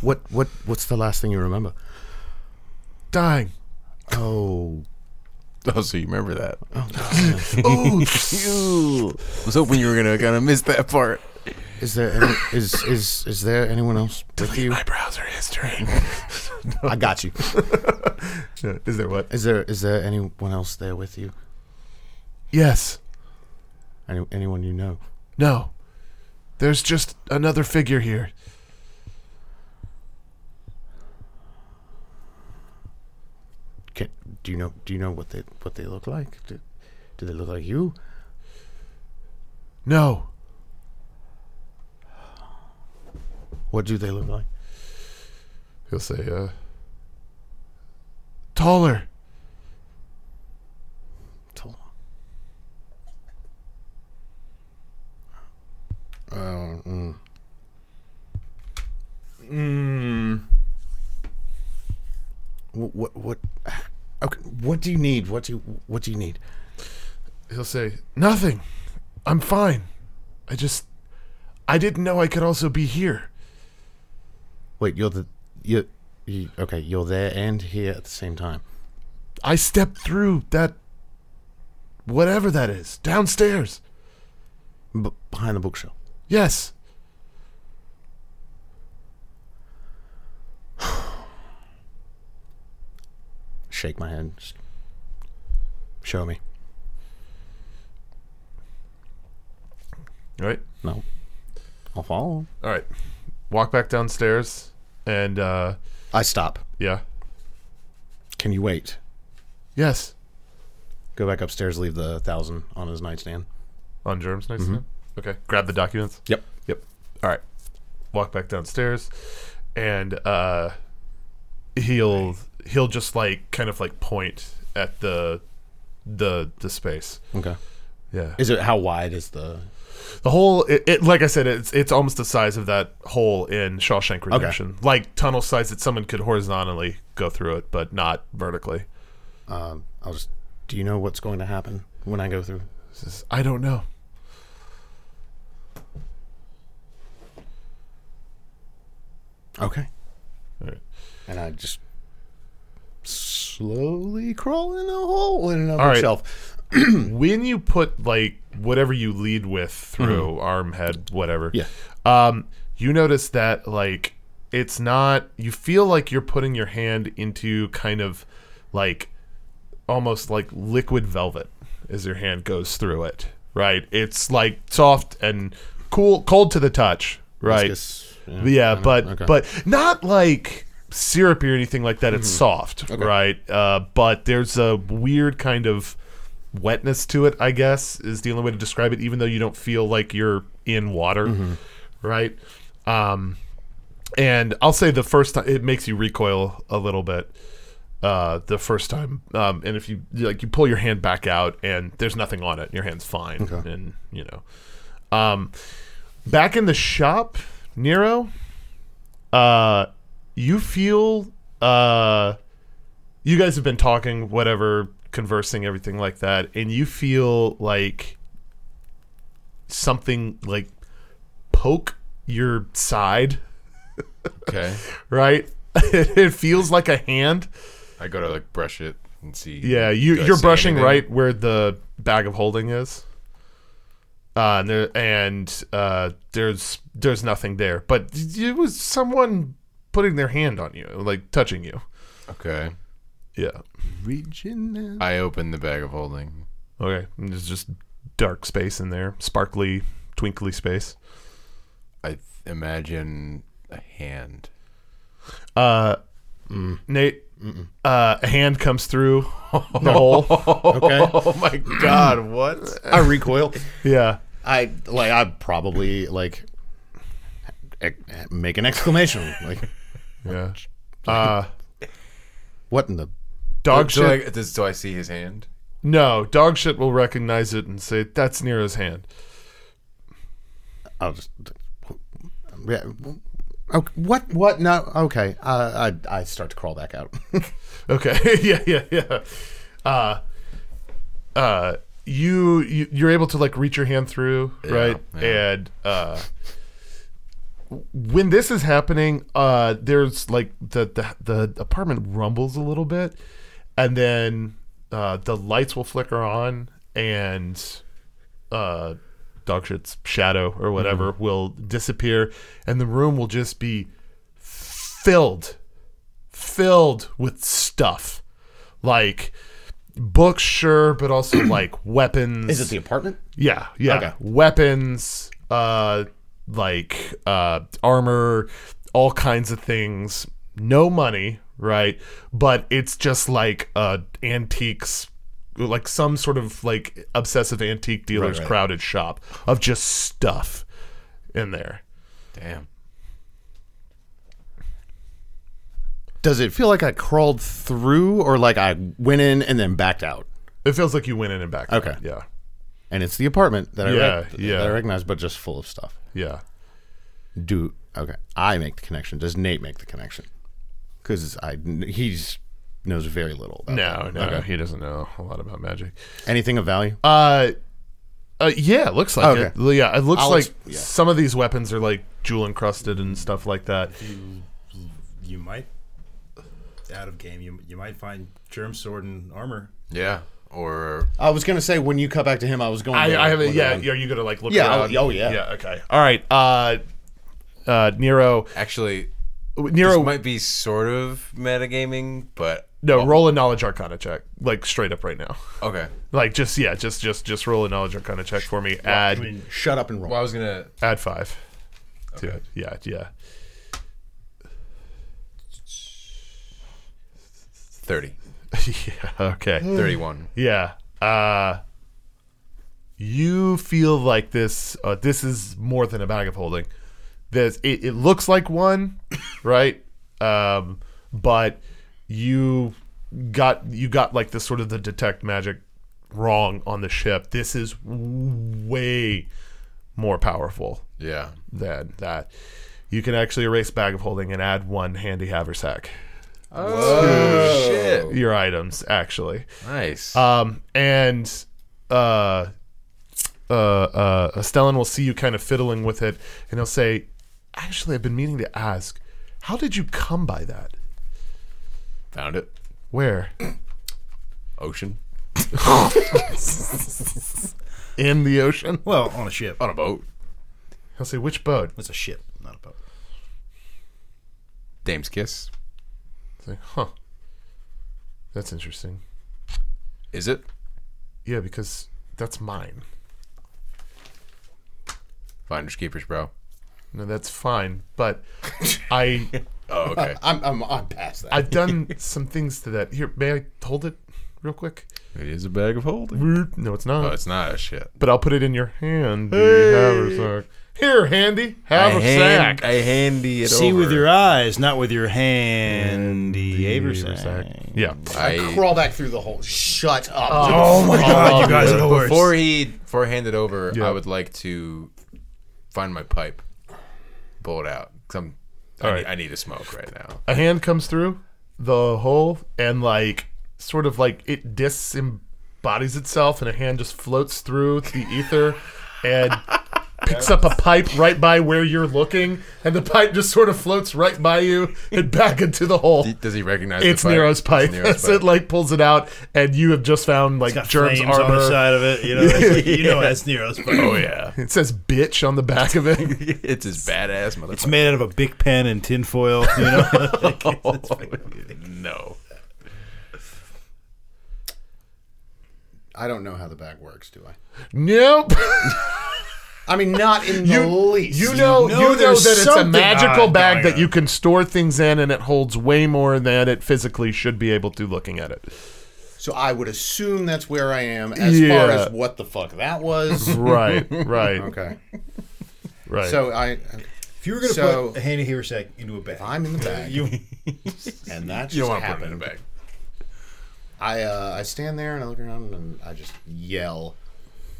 S6: what what what's the last thing you remember?
S5: Dying.
S6: Oh,
S8: Oh, so you remember that.
S5: Oh,
S4: (laughs)
S8: Ew. I was hoping you were gonna kind of miss that part.
S6: (laughs) is there any, is is is there anyone else with you?
S5: browser history.
S6: I got (laughs) you.
S5: Is there what?
S6: Is there is there anyone else there with you?
S5: Yes.
S6: Any, anyone you know?
S5: No. There's just another figure here.
S6: Can, do you know? Do you know what they what they look like? Do, do they look like you?
S5: No.
S6: What do they look like?
S5: He'll say, uh. Taller.
S6: Tell them. Uh, mm. mm. What, what? What? Okay. What do you need? What do you? What do you need?
S5: he'll say nothing i'm fine i just i didn't know i could also be here
S6: Wait. You're the. You're. You, okay. You're there and here at the same time.
S5: i stepped through that whatever that is downstairs
S6: B- behind the bookshelf.
S5: yes
S6: Shake my hand. Just show me.
S5: all right
S6: No. I'll follow.
S5: all right walk back downstairs and uh
S6: I stop.
S5: yeah
S6: Can you wait?
S5: yes
S6: Go back upstairs. Leave the thousand on his nightstand.
S5: on germs nice okay grab the documents
S6: Yep.
S5: Yep. All right. Walk back downstairs, and uh, he'll he'll just like kind of like point at the the the space.
S6: Okay.
S5: Yeah.
S6: Is it how wide is the?
S5: the hole. It, it like I said, it's it's almost the size of that hole in Shawshank Redemption, like tunnel size that someone could horizontally go through it, but not vertically.
S6: Um, I'll just. Do you know what's going to happen when I go through?
S5: Says, I don't know.
S6: Okay.
S5: Alright.
S6: And I just slowly crawl in the hole in another
S5: Alright.
S6: shelf.
S5: when you put like whatever you lead with through arm, head, whatever,
S6: Yeah.
S5: um, you notice that like it's not. You feel like you're putting your hand into kind of like almost like liquid velvet as your hand goes through it. Right, it's like soft and cool, cold to the touch. Right,
S6: Viscous,
S5: yeah,
S6: kinda,
S5: but
S6: okay.
S5: but not like syrupy or anything like that. It's soft, right? Uh, but there's a weird kind of wetness to it. I guess is the only way to describe it. Even though you don't feel like you're in water, right? Um, and I'll say the first time it makes you recoil a little bit. Uh, the first time, um, and if you like, you pull your hand back out, and there's nothing on it. Your hand's fine, and you know, um, back in the shop, Nero, uh, you feel uh, you guys have been talking, whatever, conversing, everything like that, and you feel like something like poke your side,
S4: (laughs) Okay.
S5: right? (laughs) it feels like a hand.
S4: I go to like brush it and see.
S5: Yeah, you,
S4: do I
S5: you're
S4: see
S5: brushing
S4: anything?
S5: right where the bag of holding is. Uh, and there, and uh, there's there's nothing there, but it was someone putting their hand on you, like touching you.
S4: Okay.
S5: Yeah.
S4: I open the bag of holding.
S5: Okay. And there's just dark space in there, sparkly, twinkly space.
S4: I th- imagine a hand.
S5: Uh, Nate, uh, a hand comes through the hole. (laughs)
S6: Okay.
S4: Oh my god! What?
S6: I recoil.
S5: Yeah.
S6: I like. I probably like ec- make an exclamation. Like
S5: Yeah. Uh,
S6: what in the?
S5: dog
S4: So
S5: Oh, shit.
S4: like, does, do I see his hand?
S5: no, dog shit will recognize it and say, that's Nero's hand.
S6: I'll just. Yeah. Okay, what? What? No. Okay. Uh, I I start to crawl back out. (laughs)
S5: Okay. (laughs) yeah, yeah, yeah. Uh uh you, you you're able to like reach your hand through, right? And uh when this is happening, uh there's like the the, the apartment rumbles a little bit and then uh the lights will flicker on and uh dogshit's shadow or whatever will disappear and the room will just be filled filled with stuff like books sure but
S6: (clears throat)
S5: also like weapons
S6: Is it the apartment?
S5: yeah yeah
S6: Okay.
S5: weapons uh like uh armor all kinds of things no money right but it's just like uh antiques like some sort of like obsessive antique dealer's
S6: right.
S5: crowded shop of just stuff in there
S4: Damn.
S6: Does it feel like I crawled through, or like I went in and then backed out?
S5: it feels like you went in and back
S6: Okay.
S5: out. yeah
S6: And it's the apartment that I
S5: Yeah,
S6: rec-
S5: yeah.
S6: that I recognize, but just full of stuff.
S5: yeah
S6: Do okay. I make the connection. Does Nate make the connection? Because I he's knows very little. About that.
S5: No, no, he doesn't know a lot about magic.
S6: Anything of value?
S5: Uh, uh yeah, it looks like
S6: Okay.
S5: it. L- Yeah, it looks
S6: I'll
S5: like
S6: ex- yeah.
S5: some of these weapons are like jewel encrusted and stuff like that.
S3: You might, out of game, you, you might find germ sword and armor.
S4: Yeah. Or
S5: Uh,
S6: I was gonna say when you cut back to him, I was going.
S5: I,
S6: there
S5: I haven't.
S6: with
S5: Yeah,
S6: him.
S5: are you gonna like look?
S6: Yeah,
S5: around?
S6: oh, yeah.
S5: Yeah. Okay. All right. Uh, uh, Nero,
S4: actually,
S5: Nero,
S4: this might be sort of metagaming, but
S5: no, roll a knowledge arcana check, like straight up right now.
S4: okay.
S5: Like just yeah, just just just roll a knowledge arcana check for me.
S6: I
S5: Add
S6: mean, shut up and roll.
S4: Well, I was gonna.
S5: add five to it. Yeah, yeah.
S4: Thirty.
S5: yeah. (laughs) Okay.
S4: Thirty-one.
S5: Yeah. Uh, you feel like this. Uh, this is more than a bag of holding. This it, it looks like one, (coughs) right? Um, but you got you got like the sort of the detect magic wrong on the ship. This is way more powerful
S4: Yeah.
S5: than that. You can actually erase bag of holding and add one handy haversack.
S4: Oh shit!
S5: Your items actually.
S4: Nice.
S5: Um, and uh, uh, uh, Stellan will see you kind of fiddling with it, and he'll say, "Actually, I've been meaning to ask, how did you come by that?
S4: Found it.
S5: Where?
S4: Ocean.
S5: in the ocean. (laughs)
S3: Well, on a ship.
S4: on a boat.
S5: I'll say which boat.
S3: It's a ship, not a boat.
S4: Dame's kiss.
S5: Say, huh. That's interesting.
S4: Is it?
S5: Yeah, because that's mine.
S4: Finders keepers, bro.
S5: No, that's fine.
S4: (laughs)
S5: But I
S4: Oh, okay.
S6: I'm, I'm, I'm past that.
S5: I've done some things to that. Here, may I hold it real quick?
S4: it is a bag of holding.
S5: No, it's not.
S4: Oh, it's not a shit.
S5: but I'll put it in your hand. Haversack. Here, handy. Have a sack.
S4: I handy it
S3: See
S4: over.
S3: with your eyes, not with your handy haversack.
S5: Yeah.
S4: I,
S6: Crawl back through the hole. Shut up.
S3: Oh my god, you guys are the worst.
S4: before he before I hand it over,
S5: Yeah.
S4: I would like to find my pipe, pull it out. Cause I'm, I,
S5: All
S4: need,
S5: right.
S4: I need a smoke right now.
S5: A hand comes through the hole and like sort of like it disembodies itself, and a hand just floats through the ether and picks up a pipe right by where you're looking, and the pipe just sort of floats right by you and back into the hole.
S4: D- Does he recognize
S5: It's
S4: the pipe?
S5: Nero's pipe.
S4: It's
S5: That's (laughs) it. Like pulls it out, and you have just found like
S3: Got
S5: germs
S3: flames on the
S5: arbor.
S3: side of it. You know, it's like, you know that's Nero's. Oh yeah,
S5: It says "bitch" on the back of it.
S4: it's his badass motherfucker.
S3: it's made out of a big pen and tinfoil. You know, (laughs) Like, it's
S4: no.
S6: I don't know how the bag works, do I?
S5: (laughs) Nope.
S6: I mean, not in the
S5: You,
S6: least.
S5: you know, you
S3: know
S5: know, that
S3: there's
S5: it's a
S3: something
S5: magical
S3: odd
S5: bag
S3: going
S5: that
S3: on.
S5: you can store things in, and it holds way more than it physically should be able to. Looking at it,
S6: So I would assume that's where I am as far
S5: Yeah.
S6: as what the fuck that was.
S5: (laughs) right, right,
S6: (laughs) okay.
S5: right.
S6: So I,
S3: if you were gonna
S6: So-
S3: put a handy haversack into a bag,
S6: I'm in the bag,
S3: you
S6: and that just
S4: You don't want to put
S6: happened.
S4: him in a bag.
S6: I uh, I stand there and I look around and I just yell.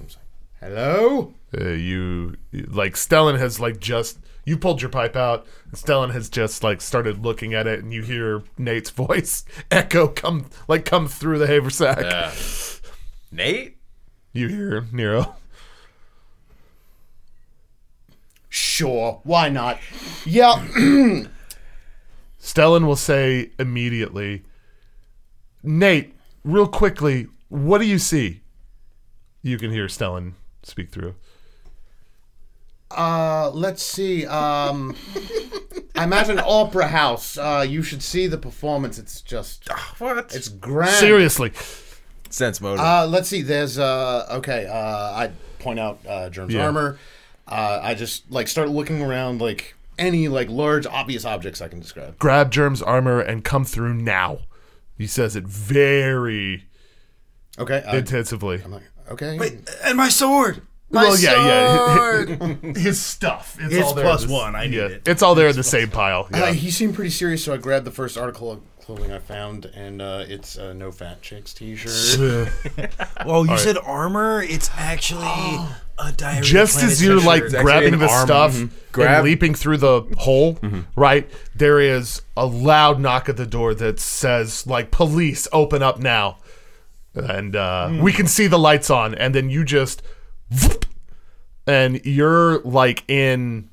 S6: I'm just like, "Hello!"
S5: Uh, you like Stellan has like just you pulled your pipe out. And Stellan has just like started looking at it, and you hear Nate's (laughs) voice echo come like come through the haversack.
S4: Yeah. Nate?
S5: You hear Nero.
S6: Sure, why not? Yeah,
S5: Stellan will say immediately, Nate, real quickly, what do you see? You can hear Stellan speak through.
S6: Uh, let's see. Um, I'm at an opera house. Uh, you should see the performance. It's just
S4: Ah, What?
S6: it's grand.
S5: Seriously.
S4: sense motive.
S6: Uh, let's see. There's uh okay. Uh, I point out uh, Germ's
S5: Yeah.
S6: armor. Uh, I just like start looking around like any like large obvious objects I can describe.
S5: Grab Germ's armor and come through now. He says it very
S6: Okay. Uh,
S5: intensively.
S6: I'm like, okay.
S3: (laughs) and my sword.
S5: well, yeah, yeah. His stuff. It's,
S3: It's
S5: all there.
S3: plus
S5: This-
S3: one. I need
S5: yeah,
S3: it.
S5: It's all there in the same pile.
S6: Uh,
S5: Yeah.
S6: he seemed pretty serious, so I grabbed the first article of clothing I found, and uh, it's a no fat chicks T-shirt.
S7: Oh, you said armor? It's actually a diary.
S5: just
S7: Planet
S5: as you're like
S7: t-shirt.
S5: grabbing
S4: an
S5: the
S4: arm-
S5: stuff
S4: mhm. Grab- Mm-hmm.
S5: and leaping through the hole, right? There is a loud knock at the door that says, like, police, open up now. And uh,
S4: Mm.
S5: we can see the lights on. And then you just, voop, and you're like in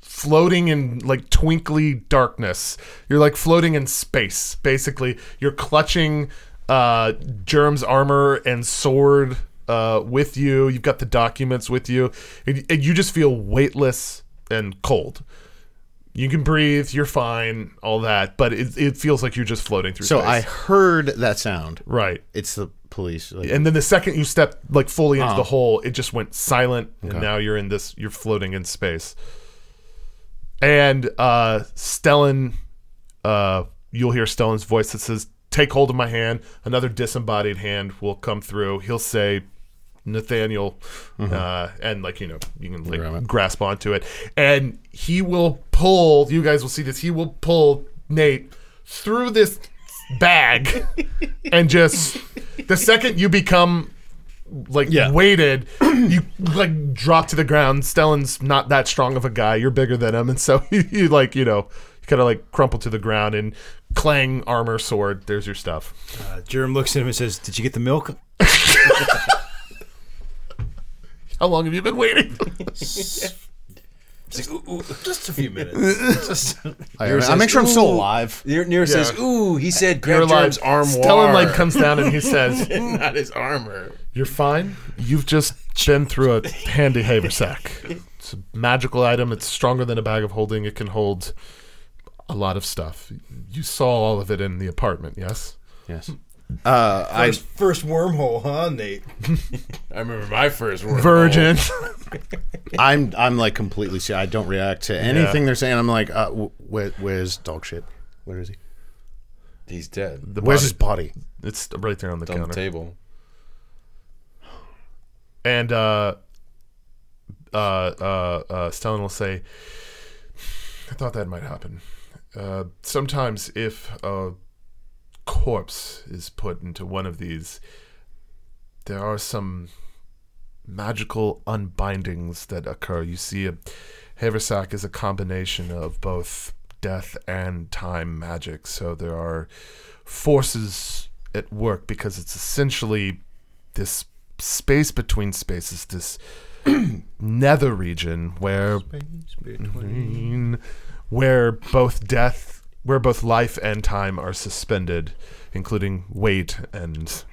S5: floating in like twinkly darkness. You're like floating in space, basically. You're clutching uh, Germ's armor and sword uh, with you. You've got the documents with you, and, and you just feel weightless and cold. You can breathe. You're fine. All that, but it, it feels like you're just floating through.
S6: So
S5: space.
S6: I heard that sound.
S5: right.
S6: It's the police. Like, Uh-huh.
S5: And then the second you stepped like fully into the hole, it just went silent, and now you're in this. You're floating in space. And uh, Stellan, uh, you'll hear Stellan's voice that says, "Take hold of my hand." Another disembodied hand will come through. He'll say, "Nathaniel," uh, and like you know, you can like grasp onto it, and he will pull. You guys will see this. He will pull Nate through this bag, and just the second you become like weighted, you like drop to the ground. Stellan's not that strong of a guy. You're bigger than him, (laughs) and so you, you like you know kind of like crumple to the ground and clang armor sword. There's your stuff.
S3: Uh, Germ looks at him and says, "Did you get the milk?"
S5: How long have you been waiting?
S3: Just, just a few minutes. Just-
S6: I, I make sure I'm still alive.
S9: Near, near
S5: Yeah.
S9: says, "Ooh, he said
S5: You're
S9: grab
S5: alive.
S9: Jerem's armoire."
S5: Stellan like (laughs) comes down and he says, (laughs)
S9: not his armor.
S5: You're fine. You've just been through a handy haversack. It's a magical item. It's stronger than a bag of holding. It can hold a lot of stuff. You saw all of it in the apartment, yes?
S6: Yes. Uh, I
S3: first, first wormhole, huh, Nate?
S9: I remember my first word.
S5: Virgin.
S6: I'm I'm like completely see. I don't react to anything they're saying. I'm like, uh, wh- where, where's dog shit? Where is he?
S9: He's dead.
S5: The
S6: Where's
S5: body-
S6: his body?
S5: It's right there on the
S9: On the
S5: counter.
S9: table.
S5: And uh, uh, uh, uh, Stellan will say, I thought that might happen. Uh, sometimes, if a corpse is put into one of these, there are some magical unbindings that occur. You see, a haversack is a combination of both death and time magic, so there are forces at work because it's essentially this space between spaces, this (clears throat) nether region where where both death where both life and time are suspended, including weight and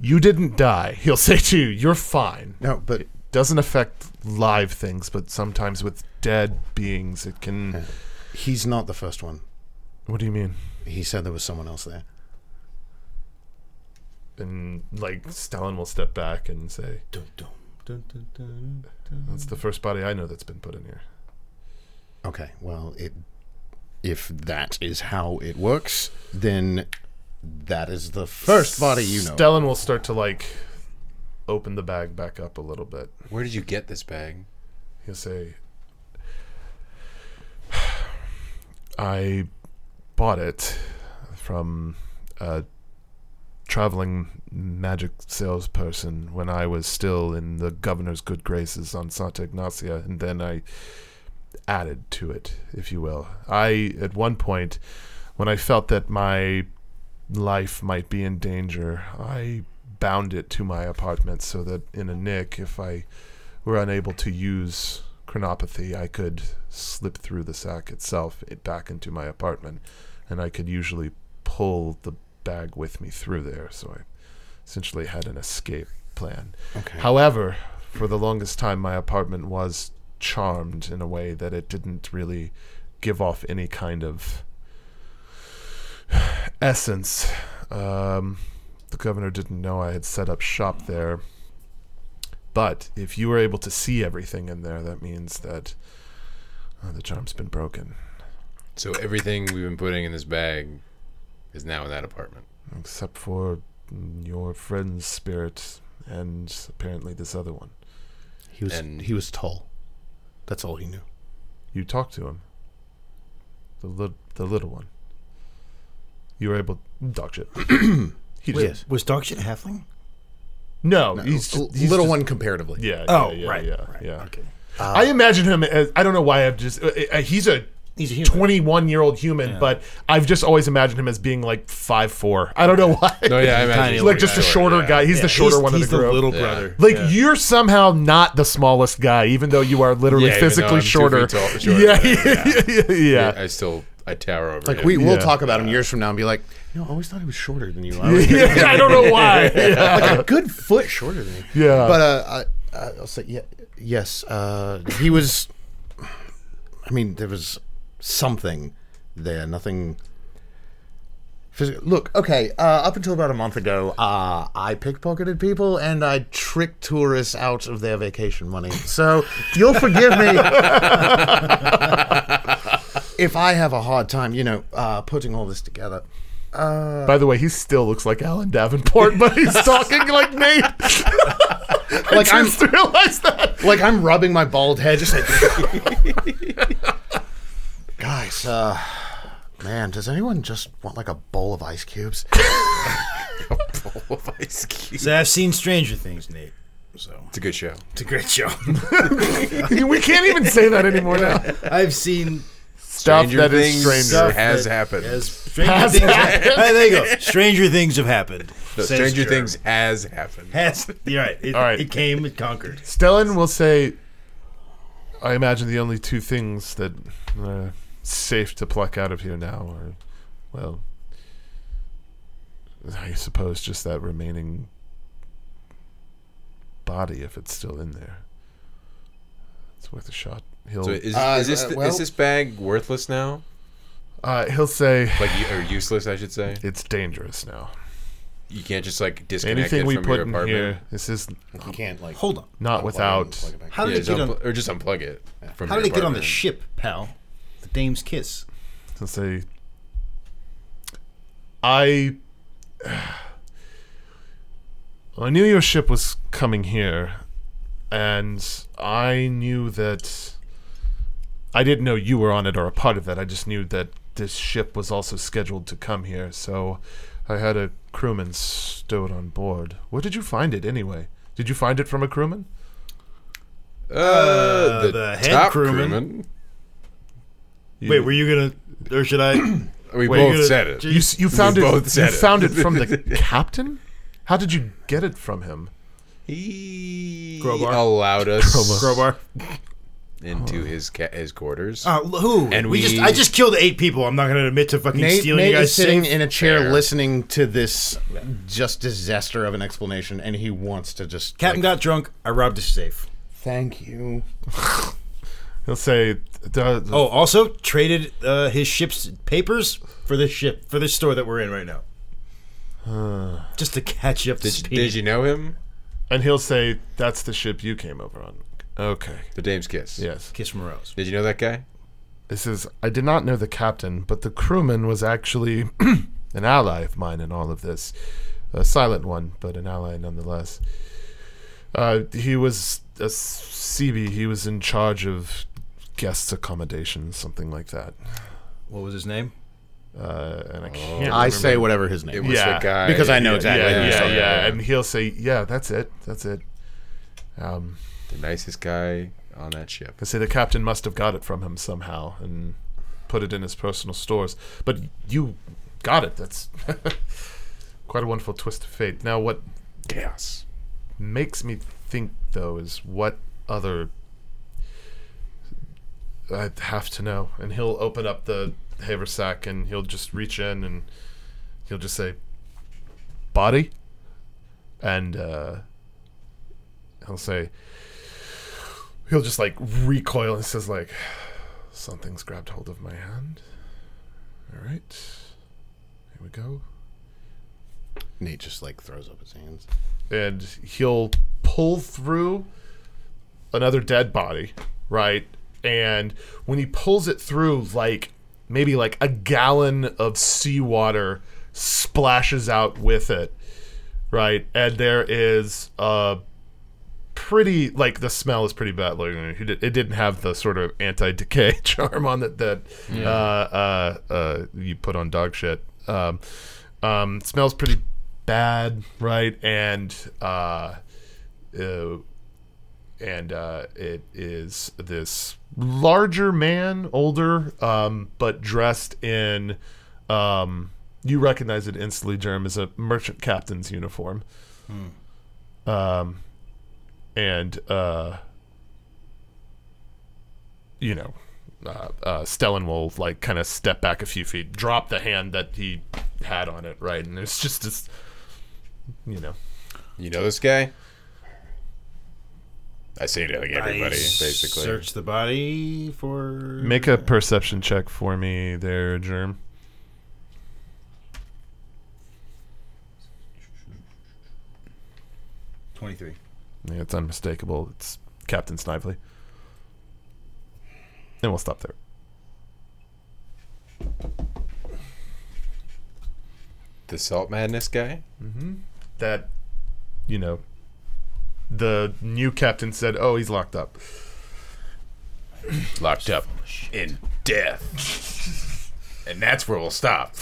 S5: you didn't die, he'll say to you, you're fine.
S6: No, but
S5: Doesn't affect live things, but sometimes with dead beings it can
S6: he's not the first one.
S5: What do you mean?
S6: He said there was someone else there.
S5: And like Stalin will step back and say, That's the first body I know that's been put in here.
S6: Okay, well, it if that is how it works, then that is the first body you know.
S5: Stellan will start to like open the bag back up a little bit.
S9: Where did you get this bag?
S5: He'll say, I bought it from a traveling magic salesperson when I was still in the governor's good graces on Santa Ignacia, and then I added to it, if you will. I, at one point, when I felt that my life might be in danger, I bound it to my apartment so that in a nick, if I were unable to use chronopathy, I could slip through the sack itself it back into my apartment, and I could usually pull the bag with me through there. So I essentially had an escape plan.
S6: Okay.
S5: However, for the longest time, my apartment was charmed in a way that it didn't really give off any kind of (sighs) essence. Um, the governor didn't know I had set up shop there. But if you were able to see everything in there, that means that uh, the charm's been broken.
S9: So everything we've been putting in this bag is now in that apartment.
S5: Except for your friend's spirit and apparently this other one.
S6: He was
S9: And-
S6: he was tall. That's all he knew.
S5: You talked to him. The li- the little one. You were able dog shit. (clears throat) he just,
S6: Yes.
S7: Was dog shit halfling?
S5: no, he's
S6: L-
S5: just, he's
S6: little
S5: just-
S6: one comparatively.
S5: Yeah.
S7: Oh,
S5: yeah, yeah,
S7: right,
S5: Yeah.
S7: right,
S5: yeah.
S7: okay.
S5: I
S9: Uh,
S5: imagine him as I don't know why I've just uh, uh, he's a
S7: He's a human.
S5: 21 year old human, but I've just always imagined him as being like five four. I don't know why.
S9: No, yeah, I imagine.
S5: He's
S9: he's
S5: like just a
S9: short,
S5: shorter
S9: yeah.
S5: guy. He's the shorter
S7: he's,
S5: one
S7: he's
S5: of the group.
S7: little
S9: Yeah.
S7: brother.
S5: like you're somehow not the smallest guy, even though you are literally
S9: Yeah, even though
S5: physically
S9: I'm two
S5: shorter.
S9: feet tall- shorter
S5: yeah, (laughs)
S9: than
S5: yeah,
S9: him,
S5: yeah, yeah,
S9: Yeah,
S5: yeah.
S9: I still I tower over
S6: Like
S9: him. (laughs)
S6: we will
S5: Yeah.
S6: talk about him years from now and be like, you know, I always thought he was shorter (laughs) than you. I was
S5: Yeah, I don't know why. (laughs) Yeah,
S6: (laughs) like a good foot shorter than you.
S5: yeah.
S6: But uh, I, I'll say yeah, yes. Uh, he was. I mean, there was something there. Nothing. phys- Look, okay. Uh, up until about a month ago, uh, I pickpocketed people and I tricked tourists out of their vacation money. So you'll forgive
S5: (laughs)
S6: me if I have a hard time, you know, uh, putting all this together.
S5: By the way, he still looks like Alan Davenport, but he's talking like (laughs) Nate. I
S6: Like I'm,
S5: just realized that.
S6: like I'm rubbing my bald head, just like guys. Uh, man, does anyone just want like a bowl of ice cubes?
S3: So I've seen Stranger Things, Nate. So
S9: It's a good show.
S3: it's a great show.
S5: (laughs) We can't even say that anymore now.
S3: I've seen
S5: (laughs) Stuff that is
S9: Things
S5: stranger.
S3: stuff
S9: has
S3: that
S9: happened.
S3: has- Stranger Things. (laughs) Hey, there you go. Stranger Things have happened.
S9: No,
S3: says
S9: Stranger
S3: Jerem.
S9: Things has happened.
S3: Has, (laughs) you're right. It,
S5: All right.
S3: it came, it conquered.
S5: Stellan will say, I imagine the only two things that are safe to pluck out of here now are, well, I suppose just that remaining body if it's still in there. It's worth a shot. He'll
S9: So is,
S6: Uh,
S9: is this
S6: uh,
S9: th-
S6: well-
S9: is this bag worthless now?
S5: uh, he'll say
S9: Like u- or useless, I should say.
S5: it's dangerous now.
S9: You can't just like disconnect
S5: Anything
S9: it
S5: we
S9: from
S5: put
S9: your
S5: in
S9: apartment.
S5: here, this is
S6: You can't like
S3: Hold on.
S5: not
S6: unplug it and
S5: without.
S6: plug it back
S3: How
S9: Yeah,
S3: did
S9: just
S3: they get on?
S9: unpl- or just unplug it. From
S3: How
S9: your
S3: did they get on the
S9: apartment.
S3: ship, pal? The Dame's kiss.
S5: He'll say, I. (sighs) I knew your ship was coming here, and I knew that. I didn't know you were on it or a part of that. I just knew that this ship was also scheduled to come here, so I had a crewman stowed on board. Where did you find it, anyway? Did you find it from a crewman?
S9: Uh, the,
S3: the head
S9: top
S3: crewman.
S9: crewman.
S5: You,
S3: Wait, were you gonna? Or should I?
S9: (clears throat) We
S5: Wait,
S9: both
S3: you-
S9: said it.
S5: you, s- you found it.
S9: both said
S5: you
S9: it.
S5: found it
S9: (laughs)
S5: from the captain. How did you get it from him?
S9: He
S3: Crowbar.
S9: allowed us
S3: Crowbar.
S9: into his ca- his quarters.
S3: Uh, who?
S9: And
S3: we,
S9: we-
S3: just I just killed eight people. I'm not gonna admit to fucking
S6: Nate,
S3: stealing
S6: Nate
S3: you guys.
S6: is sitting
S3: safe.
S6: in a chair
S9: Fair.
S6: listening to this just disaster of an explanation, and he wants to just.
S3: Captain
S6: like,
S3: got drunk. I robbed his safe.
S6: Thank you.
S5: He'll say, "Duh,
S3: Oh, also traded uh, his ship's papers for this ship for this store that we're in right
S9: (sighs)
S3: now. Just to catch you up to
S9: Did,
S3: speed.
S9: did you know him?
S5: and he'll say, "That's the ship you came over on." Okay.
S9: The Dame's Kiss.
S5: Yes.
S3: Kiss from a Rose.
S9: Did you know that guy?
S5: This is. I did not know the captain, but the crewman was actually (clears throat) an ally of mine in all of this, a silent one, but an ally nonetheless. Uh, he was a CB. He was in charge of guests' accommodations, something like that.
S3: What was his name?
S5: Uh, and I can't.
S6: I say whatever his
S9: It
S6: name
S9: was
S6: was.
S5: Yeah,
S9: the guy.
S6: Because I know exactly.
S5: Yeah,
S6: who
S5: yeah,
S6: he's
S5: yeah,
S6: talking about.
S5: And he'll say, "Yeah, that's it. That's it." Um,
S9: The nicest guy on that ship.
S5: I say the captain must have got it from him somehow and put it in his personal stores. But you got it. That's (laughs) quite a wonderful twist of fate. Now, what
S9: Chaos.
S5: makes me think, though, is what other. I have to know. And he'll open up the haversack and he'll just reach in and he'll just say, body? And uh, he'll say, he'll just like recoil and says, like, something's grabbed hold of my hand. All right. Here we go.
S6: Nate just like throws up his hands.
S5: and he'll pull through another dead body, right? And when he pulls it through, like maybe like a gallon of seawater splashes out with it, right? And there is a pretty like the smell is pretty bad. Like it di- it didn't have the sort of anti-decay (laughs) charm on it that uh, uh, uh, you put on dog shit. Um, um, smells pretty bad, right? And uh, uh, and uh, it is this larger man, older, um, but dressed in. Um, you recognize it instantly, Germ, as a merchant captain's uniform. Um, and uh, you know, uh, uh, Stellan will like kind of step back a few feet, drop the hand that he had on it, right? And it's just this, you know,
S9: You know this guy? I say to like everybody,
S3: I
S9: basically.
S3: Search the body for
S5: make a perception check for me, there, Germ.
S3: twenty three.
S5: Yeah, it's unmistakable. It's Captain Snively, and we'll stop there.
S9: The salt madness guy?
S5: That, you know, the new captain said, "Oh, he's locked up."
S9: (clears throat) Locked up in death. and that's where we'll stop.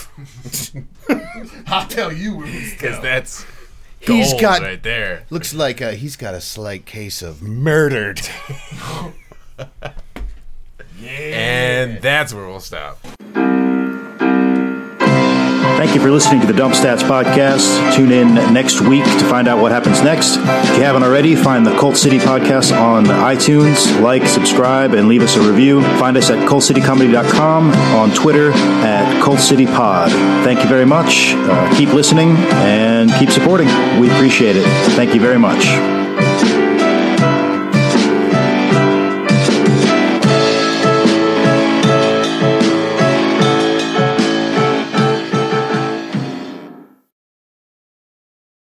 S6: (laughs) I'll tell
S9: (laughs)
S6: you.
S9: Because that's
S6: He's
S9: gold
S6: got.
S9: right there.
S6: Looks like uh, he's got a slight case of murdered.
S9: And that's where we'll stop.
S10: Thank you for listening to the Dump Stats Podcast. Tune in next week to find out what happens next. If you haven't already, find the Cult City Podcast on iTunes. Like, subscribe, and leave us a review. Find us at cultcitycomedy.com, on Twitter at Cult City Pod. Thank you very much. Uh, keep listening and keep supporting. We appreciate it. Thank you very much.